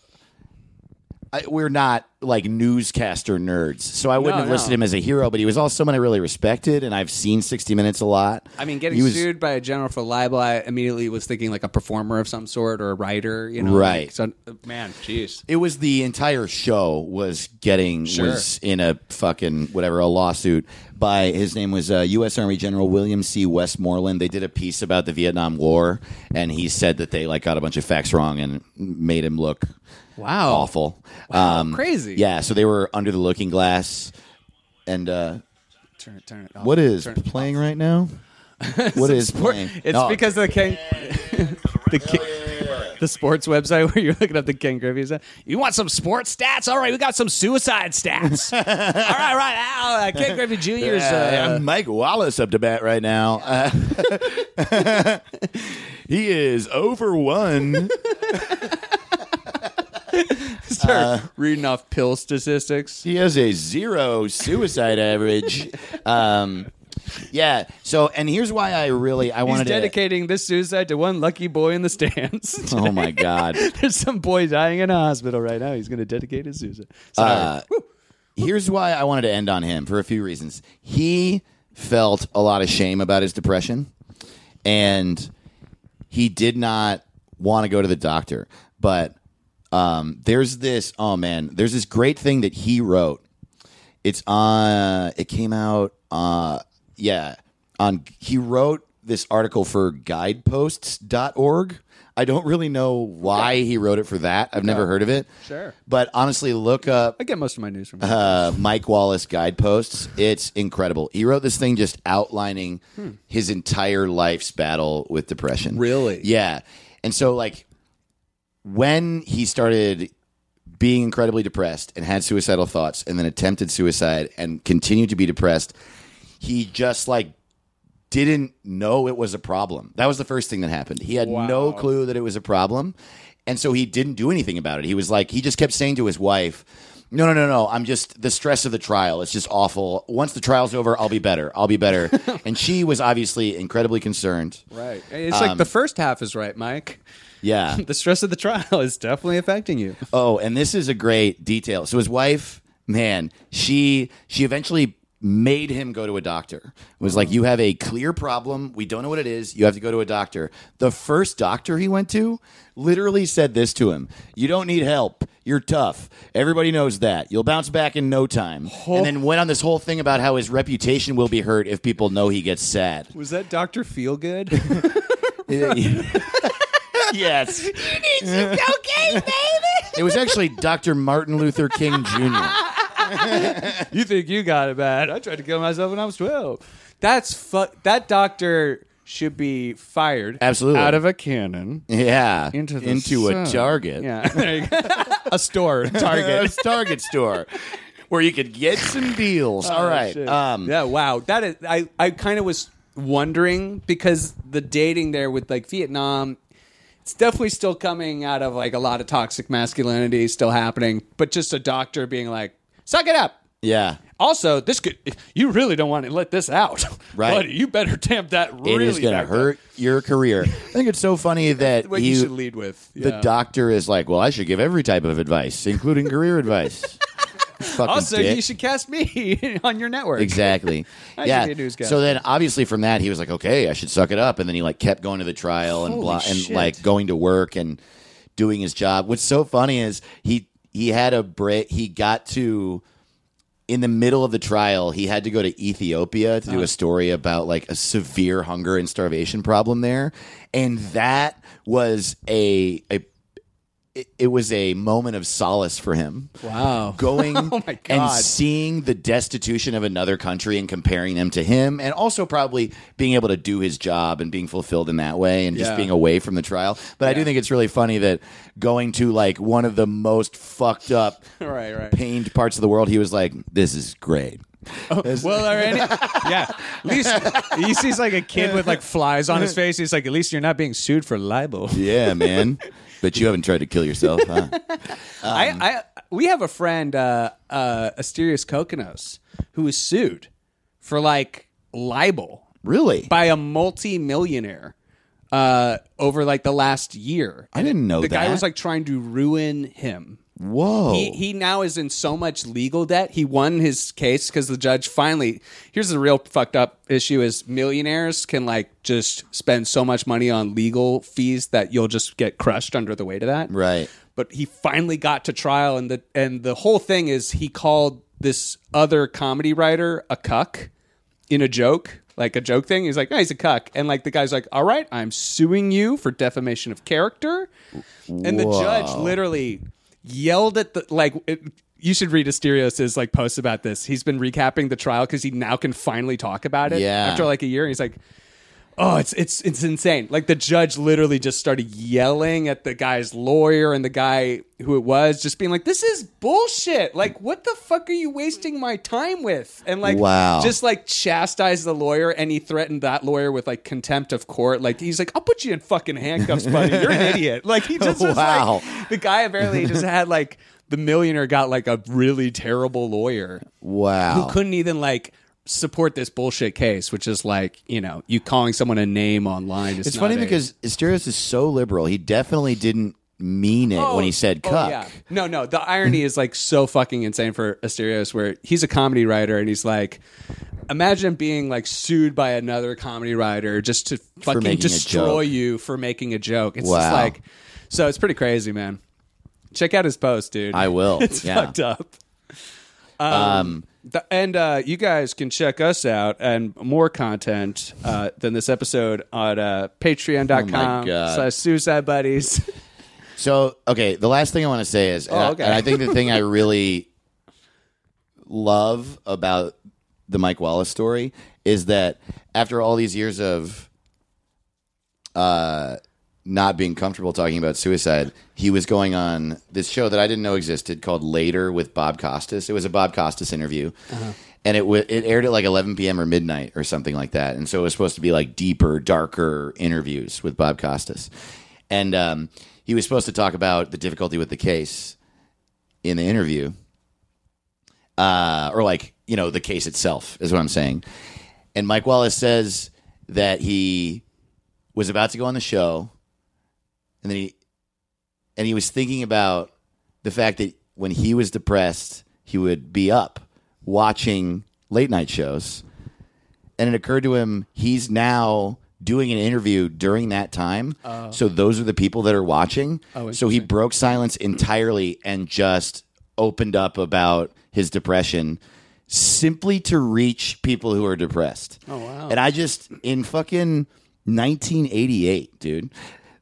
S3: I, we're not like newscaster nerds, so I wouldn't
S1: No,
S3: have listed
S1: no.
S3: him as a hero, but he was also someone I really respected, and I've seen 60 Minutes a lot.
S1: I mean, getting
S3: He was-
S1: sued by a general for libel, I immediately was thinking like a performer of some sort or a writer, you know.
S3: Right.
S1: like, so, man, jeez.
S3: It was the entire show was getting was in a fucking whatever a lawsuit by his name was uh, U.S. Army General William C. Westmoreland. They did a piece about the Vietnam War, and he said that they like got a bunch of facts wrong and made him look
S1: Wow.
S3: awful. um,
S1: crazy.
S3: Yeah, so they were under the looking glass. And uh,
S1: Turn, turn it off.
S3: what is
S1: Turn-
S3: playing right now? What is playing? Oh.
S1: It's
S3: No,
S1: because of the King, the, King- the sports website where you're looking up the King Griffey's. You want some sports stats? All right, we got some suicide stats. all right, right. Al, uh, King Griffey Jr. is
S3: uh,
S1: uh,
S3: Mike Wallace up to bat right now. Uh, he is over one.
S1: start reading off pill statistics.
S3: he has a zero suicide average. Um, yeah. So, and here's why I really I
S1: He's
S3: wanted to.
S1: dedicating this suicide to one lucky boy in the stands.
S3: Oh my god.
S1: There's some boy dying in a hospital right now. He's going to dedicate his suicide. Sorry.
S3: Uh, here's why I wanted to end on him for a few reasons. He felt a lot of shame about his depression, and he did not want to go to the doctor. But um, there's this oh man, there's this great thing that he wrote. It's on. It came out. Uh, yeah, on. He wrote this article for guideposts.org. I don't really know why he wrote it for that. I've never heard of it.
S1: Sure.
S3: But honestly, look up
S1: I get most of my news from
S3: uh, Mike Wallace guideposts. It's incredible. He wrote this thing just outlining his entire life's battle with depression.
S1: Really?
S3: Yeah. And so, like, when he started being incredibly depressed and had suicidal thoughts and then attempted suicide and continued to be depressed, he just like didn't know it was a problem. That was the first thing that happened. He had no clue that it was a problem. And so he didn't do anything about it. He was like, he just kept saying to his wife, no, no, no, no. I'm just the stress of the trial. It's just awful. Once the trial's over, I'll be better. I'll be better. and she was obviously incredibly concerned.
S1: Right. It's like the first half is right, Mike.
S3: Yeah.
S1: The stress of the trial is definitely affecting you.
S3: Oh, and this is a great detail. So his wife, man, she she eventually made him go to a doctor. It was like, you have a clear problem. We don't know what it is. You have to go to a doctor. The first doctor he went to literally said this to him. You don't need help. You're tough. Everybody knows that. You'll bounce back in no time. And then went on this whole thing about how his reputation will be hurt if people know he gets sad.
S1: Was that Dr. Feelgood?
S3: yes. You need some cocaine, baby. It was actually Dr. Martin Luther King Jr.
S1: you think you got it bad. I tried to kill myself when I was 12. That's fu- that doctor should be fired.
S3: Absolutely.
S1: Out of a cannon.
S3: Yeah.
S1: Into the
S3: a
S1: sun.
S3: Target.
S1: Yeah. There you go. a store, a Target.
S3: a Target store where you could get some deals. All right.
S1: Oh, Shit.
S3: Um,
S1: yeah, wow. That is I I kind of was wondering because the dating there with like Vietnam it's definitely still coming out of like a lot of toxic masculinity still happening, but just a doctor being like, "Suck it up."
S3: yeah.
S1: Also, this could you really don't want to let this out,
S3: Right.
S1: Buddy, you better tamp that. Really
S3: it is going
S1: back
S3: to
S1: up.
S3: hurt your career. I think it's so funny that
S1: What you, should lead with.
S3: the
S1: yeah.
S3: doctor is like, well, I should give every type of advice, including career advice. Fucking
S1: Also,
S3: dick.
S1: you should cast me on your network.
S3: Exactly.
S1: I should
S3: yeah.
S1: be a newscaster.
S3: So then, obviously, from that, he was like, "Okay, I should suck it up," and then he like kept going to the trial and blah, and like going to work and doing his job. What's so funny is he he had a break. He got to in the middle of the trial. He had to go to Ethiopia to do
S1: Uh-huh.
S3: a story about like a severe hunger and starvation problem there, and that was a a. it- It was a moment of solace for him
S12: Wow.
S3: going
S1: Oh my
S3: and
S1: God.
S3: seeing the destitution of another country and comparing them to him, and also probably being able to do his job and being fulfilled in that way and just
S1: Yeah.
S3: being away from the trial. But I do think it's really funny that going to like one of the most fucked up,
S1: Right, right.
S3: pained parts of the world, he was like, This is great.
S1: Well, or any, yeah. At least he sees like a kid with like flies on his face. He's like, at least you're not being sued for libel.
S3: Yeah, man. But you haven't tried to kill yourself, huh?
S1: I, I we have a friend, uh, uh, Asterius Kokonos, who was sued for like libel
S3: Really?
S1: by a multi-millionaire uh, over like the last year.
S3: I didn't know
S1: the guy
S3: that.
S1: was like trying to ruin him.
S3: Whoa.
S1: He, he now is in so much legal debt. He won his case because the judge finally. Here's the real fucked up issue: is millionaires can like just spend so much money on legal fees that you'll just get crushed under the weight of that.
S3: Right.
S1: But he finally got to trial, and the and the whole thing is he called this other comedy writer a cuck in a joke. Like a joke thing, he's like, "No, he's a cuck," and like the guy's like, "All right, I'm suing you for defamation of character," and the judge
S3: Wow.
S1: literally yelled at the like it, you should read Asterios' like post about this. He's been recapping the trial because he now can finally talk about it
S3: Yeah.
S1: after like a year. And he's like, oh, it's it's it's insane. Like the judge literally just started yelling at the guy's lawyer and the guy who it was, just being like, this is bullshit. Like, what the fuck are you wasting my time with? And like,
S3: Wow.
S1: just like chastised the lawyer, and he threatened that lawyer with like contempt of court. Like he's like, I'll put you in fucking handcuffs, buddy. You're an idiot. Like he just was
S3: Wow.
S1: like, the guy apparently just had like. The millionaire got like a really terrible lawyer
S3: wow.
S1: who couldn't even like support this bullshit case, which is like you know you calling someone a name online. Is
S3: It's
S1: not
S3: funny
S1: a-
S3: because Asterios is so liberal. He definitely didn't mean it when he said
S1: Oh,
S3: cuck.
S1: yeah. No, no. The irony is like so fucking insane for Asterios, where he's a comedy writer and he's like, imagine being like sued by another comedy writer just to fucking
S3: making a
S1: destroy
S3: joke.
S1: you for making a joke. It's just
S3: Wow.
S1: like, so it's pretty crazy, man. Check out his post, dude.
S3: I will.
S1: it's
S3: yeah.
S1: fucked up.
S3: Um,
S1: The- and uh, you guys can check us out and more content uh, than this episode on uh, patreon.com
S3: Oh my God.
S1: slash suicide buddies.
S3: so okay, the last thing I want to say is, and, I-
S1: Oh, okay.
S3: and I think the thing I really love about the Mike Wallace story is that after all these years of uh, not being comfortable talking about suicide, he was going on this show that I didn't know existed called Later with Bob Costas. It was a Bob Costas interview. And it, w- it aired at like 11 p.m. or midnight or something like that. And so it was supposed to be like deeper, darker interviews with Bob Costas. And um, he was supposed to talk about the difficulty with the case in the interview uh, or like you know the case itself is what I'm saying. And Mike Wallace says that he was about to go on the show, and then he and he was thinking about the fact that when he was depressed, he would be up watching late night shows, and it occurred to him he's now doing an interview during that time.
S1: Oh.
S3: So those are the people that are watching. so he broke silence entirely and just opened up about his depression simply to reach people who are depressed. Oh wow. And I just in fucking 1988, dude.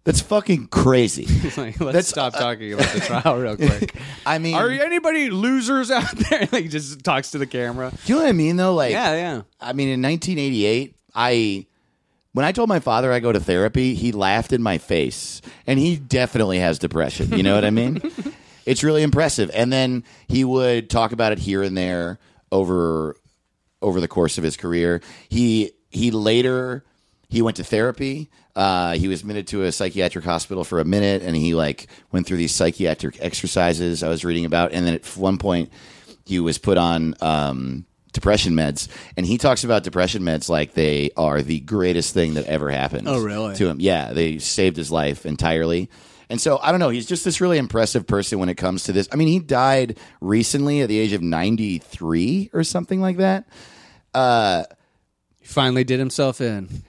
S3: That's fucking crazy.
S1: like, let's
S3: That's-
S1: stop talking about the trial real quick.
S3: I mean,
S1: Are anybody losers out there? like, just talks to the camera.
S3: do you know what I mean though? Like
S1: Yeah, yeah.
S3: I mean, in 1988, I when I told my father I go to therapy, he laughed in my face, and he definitely has depression. You know what I mean? It's really impressive. And then he would talk about it here and there over over the course of his career. He he later he went to therapy. Uh, he was admitted to a psychiatric hospital for a minute, and he like went through these psychiatric exercises I was reading about. And then at one point, he was put on um, depression meds, and he talks about depression meds like they are the greatest thing that ever happened. Oh,
S8: really?
S3: To him, yeah, they saved his life entirely. And so I don't know. He's just this really impressive person when it comes to this. I mean, he died recently at the age of ninety three or something like that.
S8: He finally did himself in.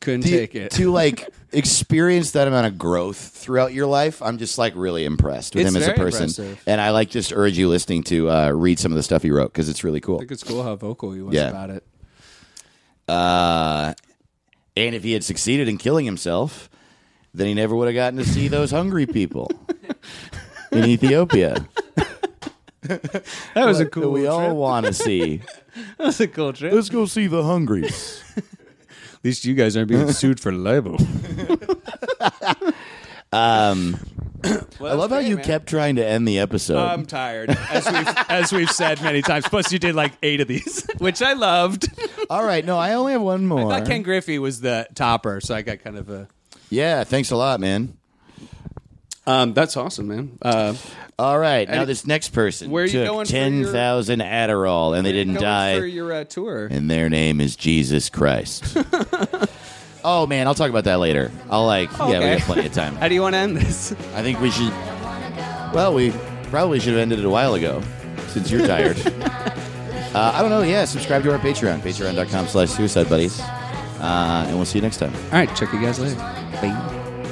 S8: Couldn't
S3: to,
S8: take it.
S3: to like experience that amount of growth throughout your life, I'm just like really impressed with
S8: It's
S3: him as a
S8: very
S3: person.
S8: impressive.
S3: And I like just urge you listening to uh, read some of the stuff he wrote because it's really cool.
S8: I think it's cool how vocal he was
S3: Yeah.
S8: about it.
S3: Uh, and if he had succeeded in killing himself, then he never would have gotten to see those hungry people in Ethiopia
S8: That was a
S3: that
S8: cool.
S3: we all want to see.
S8: that was a cool trip.
S3: Let's go see the hungries.
S8: At least you guys aren't being sued for libel.
S3: Um, I love how you kept trying to end the episode.
S8: I'm tired, as we've, as we've said many times. Plus, you did like eight of these, which I loved.
S3: all right, no, I only have one more.
S8: I thought Ken Griffey was the topper, so I got kind of a.
S3: yeah, thanks a lot, man.
S8: Um, that's awesome, man. Uh,
S3: All right, now this next person
S8: Where are you
S3: took
S8: going for
S3: ten
S8: your-
S3: thousand Adderall and they didn't die,
S8: for your uh, tour.
S3: and their name is Jesus Christ. oh man, I'll talk about that later. I'll like, yeah, we
S8: Okay.
S3: got plenty of time.
S8: How do you want to end this?
S3: I think we should. Well, we probably should have ended it a while ago, since you're tired. uh, I don't know. Yeah, subscribe to our Patreon, Patreon.com/slash Suicide Buddies, uh, and we'll see you next time.
S8: All right, check you guys later.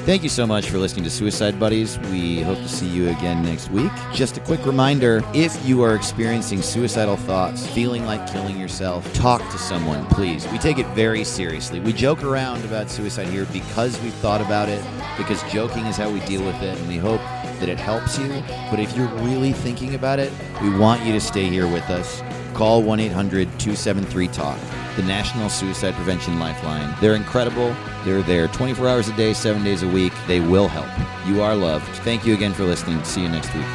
S3: Thank you so much for listening to Suicide Buddies. We hope to see you again next week. Just a quick reminder if you are experiencing suicidal thoughts, feeling like killing yourself, talk to someone, please. We take it very seriously. We joke around about suicide here because we've thought about it, because joking is how we deal with it, and we hope that it helps you. But if you're really thinking about it, we want you to stay here with us. Call 1 800 273 TALK, the National Suicide Prevention Lifeline. They're incredible. They're there 24 hours a day, seven days a week. They will help. You are loved. Thank you again for listening. See you next week.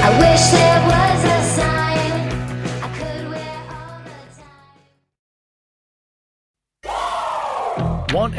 S2: I wish there was a sign I could wear all the time.
S13: Want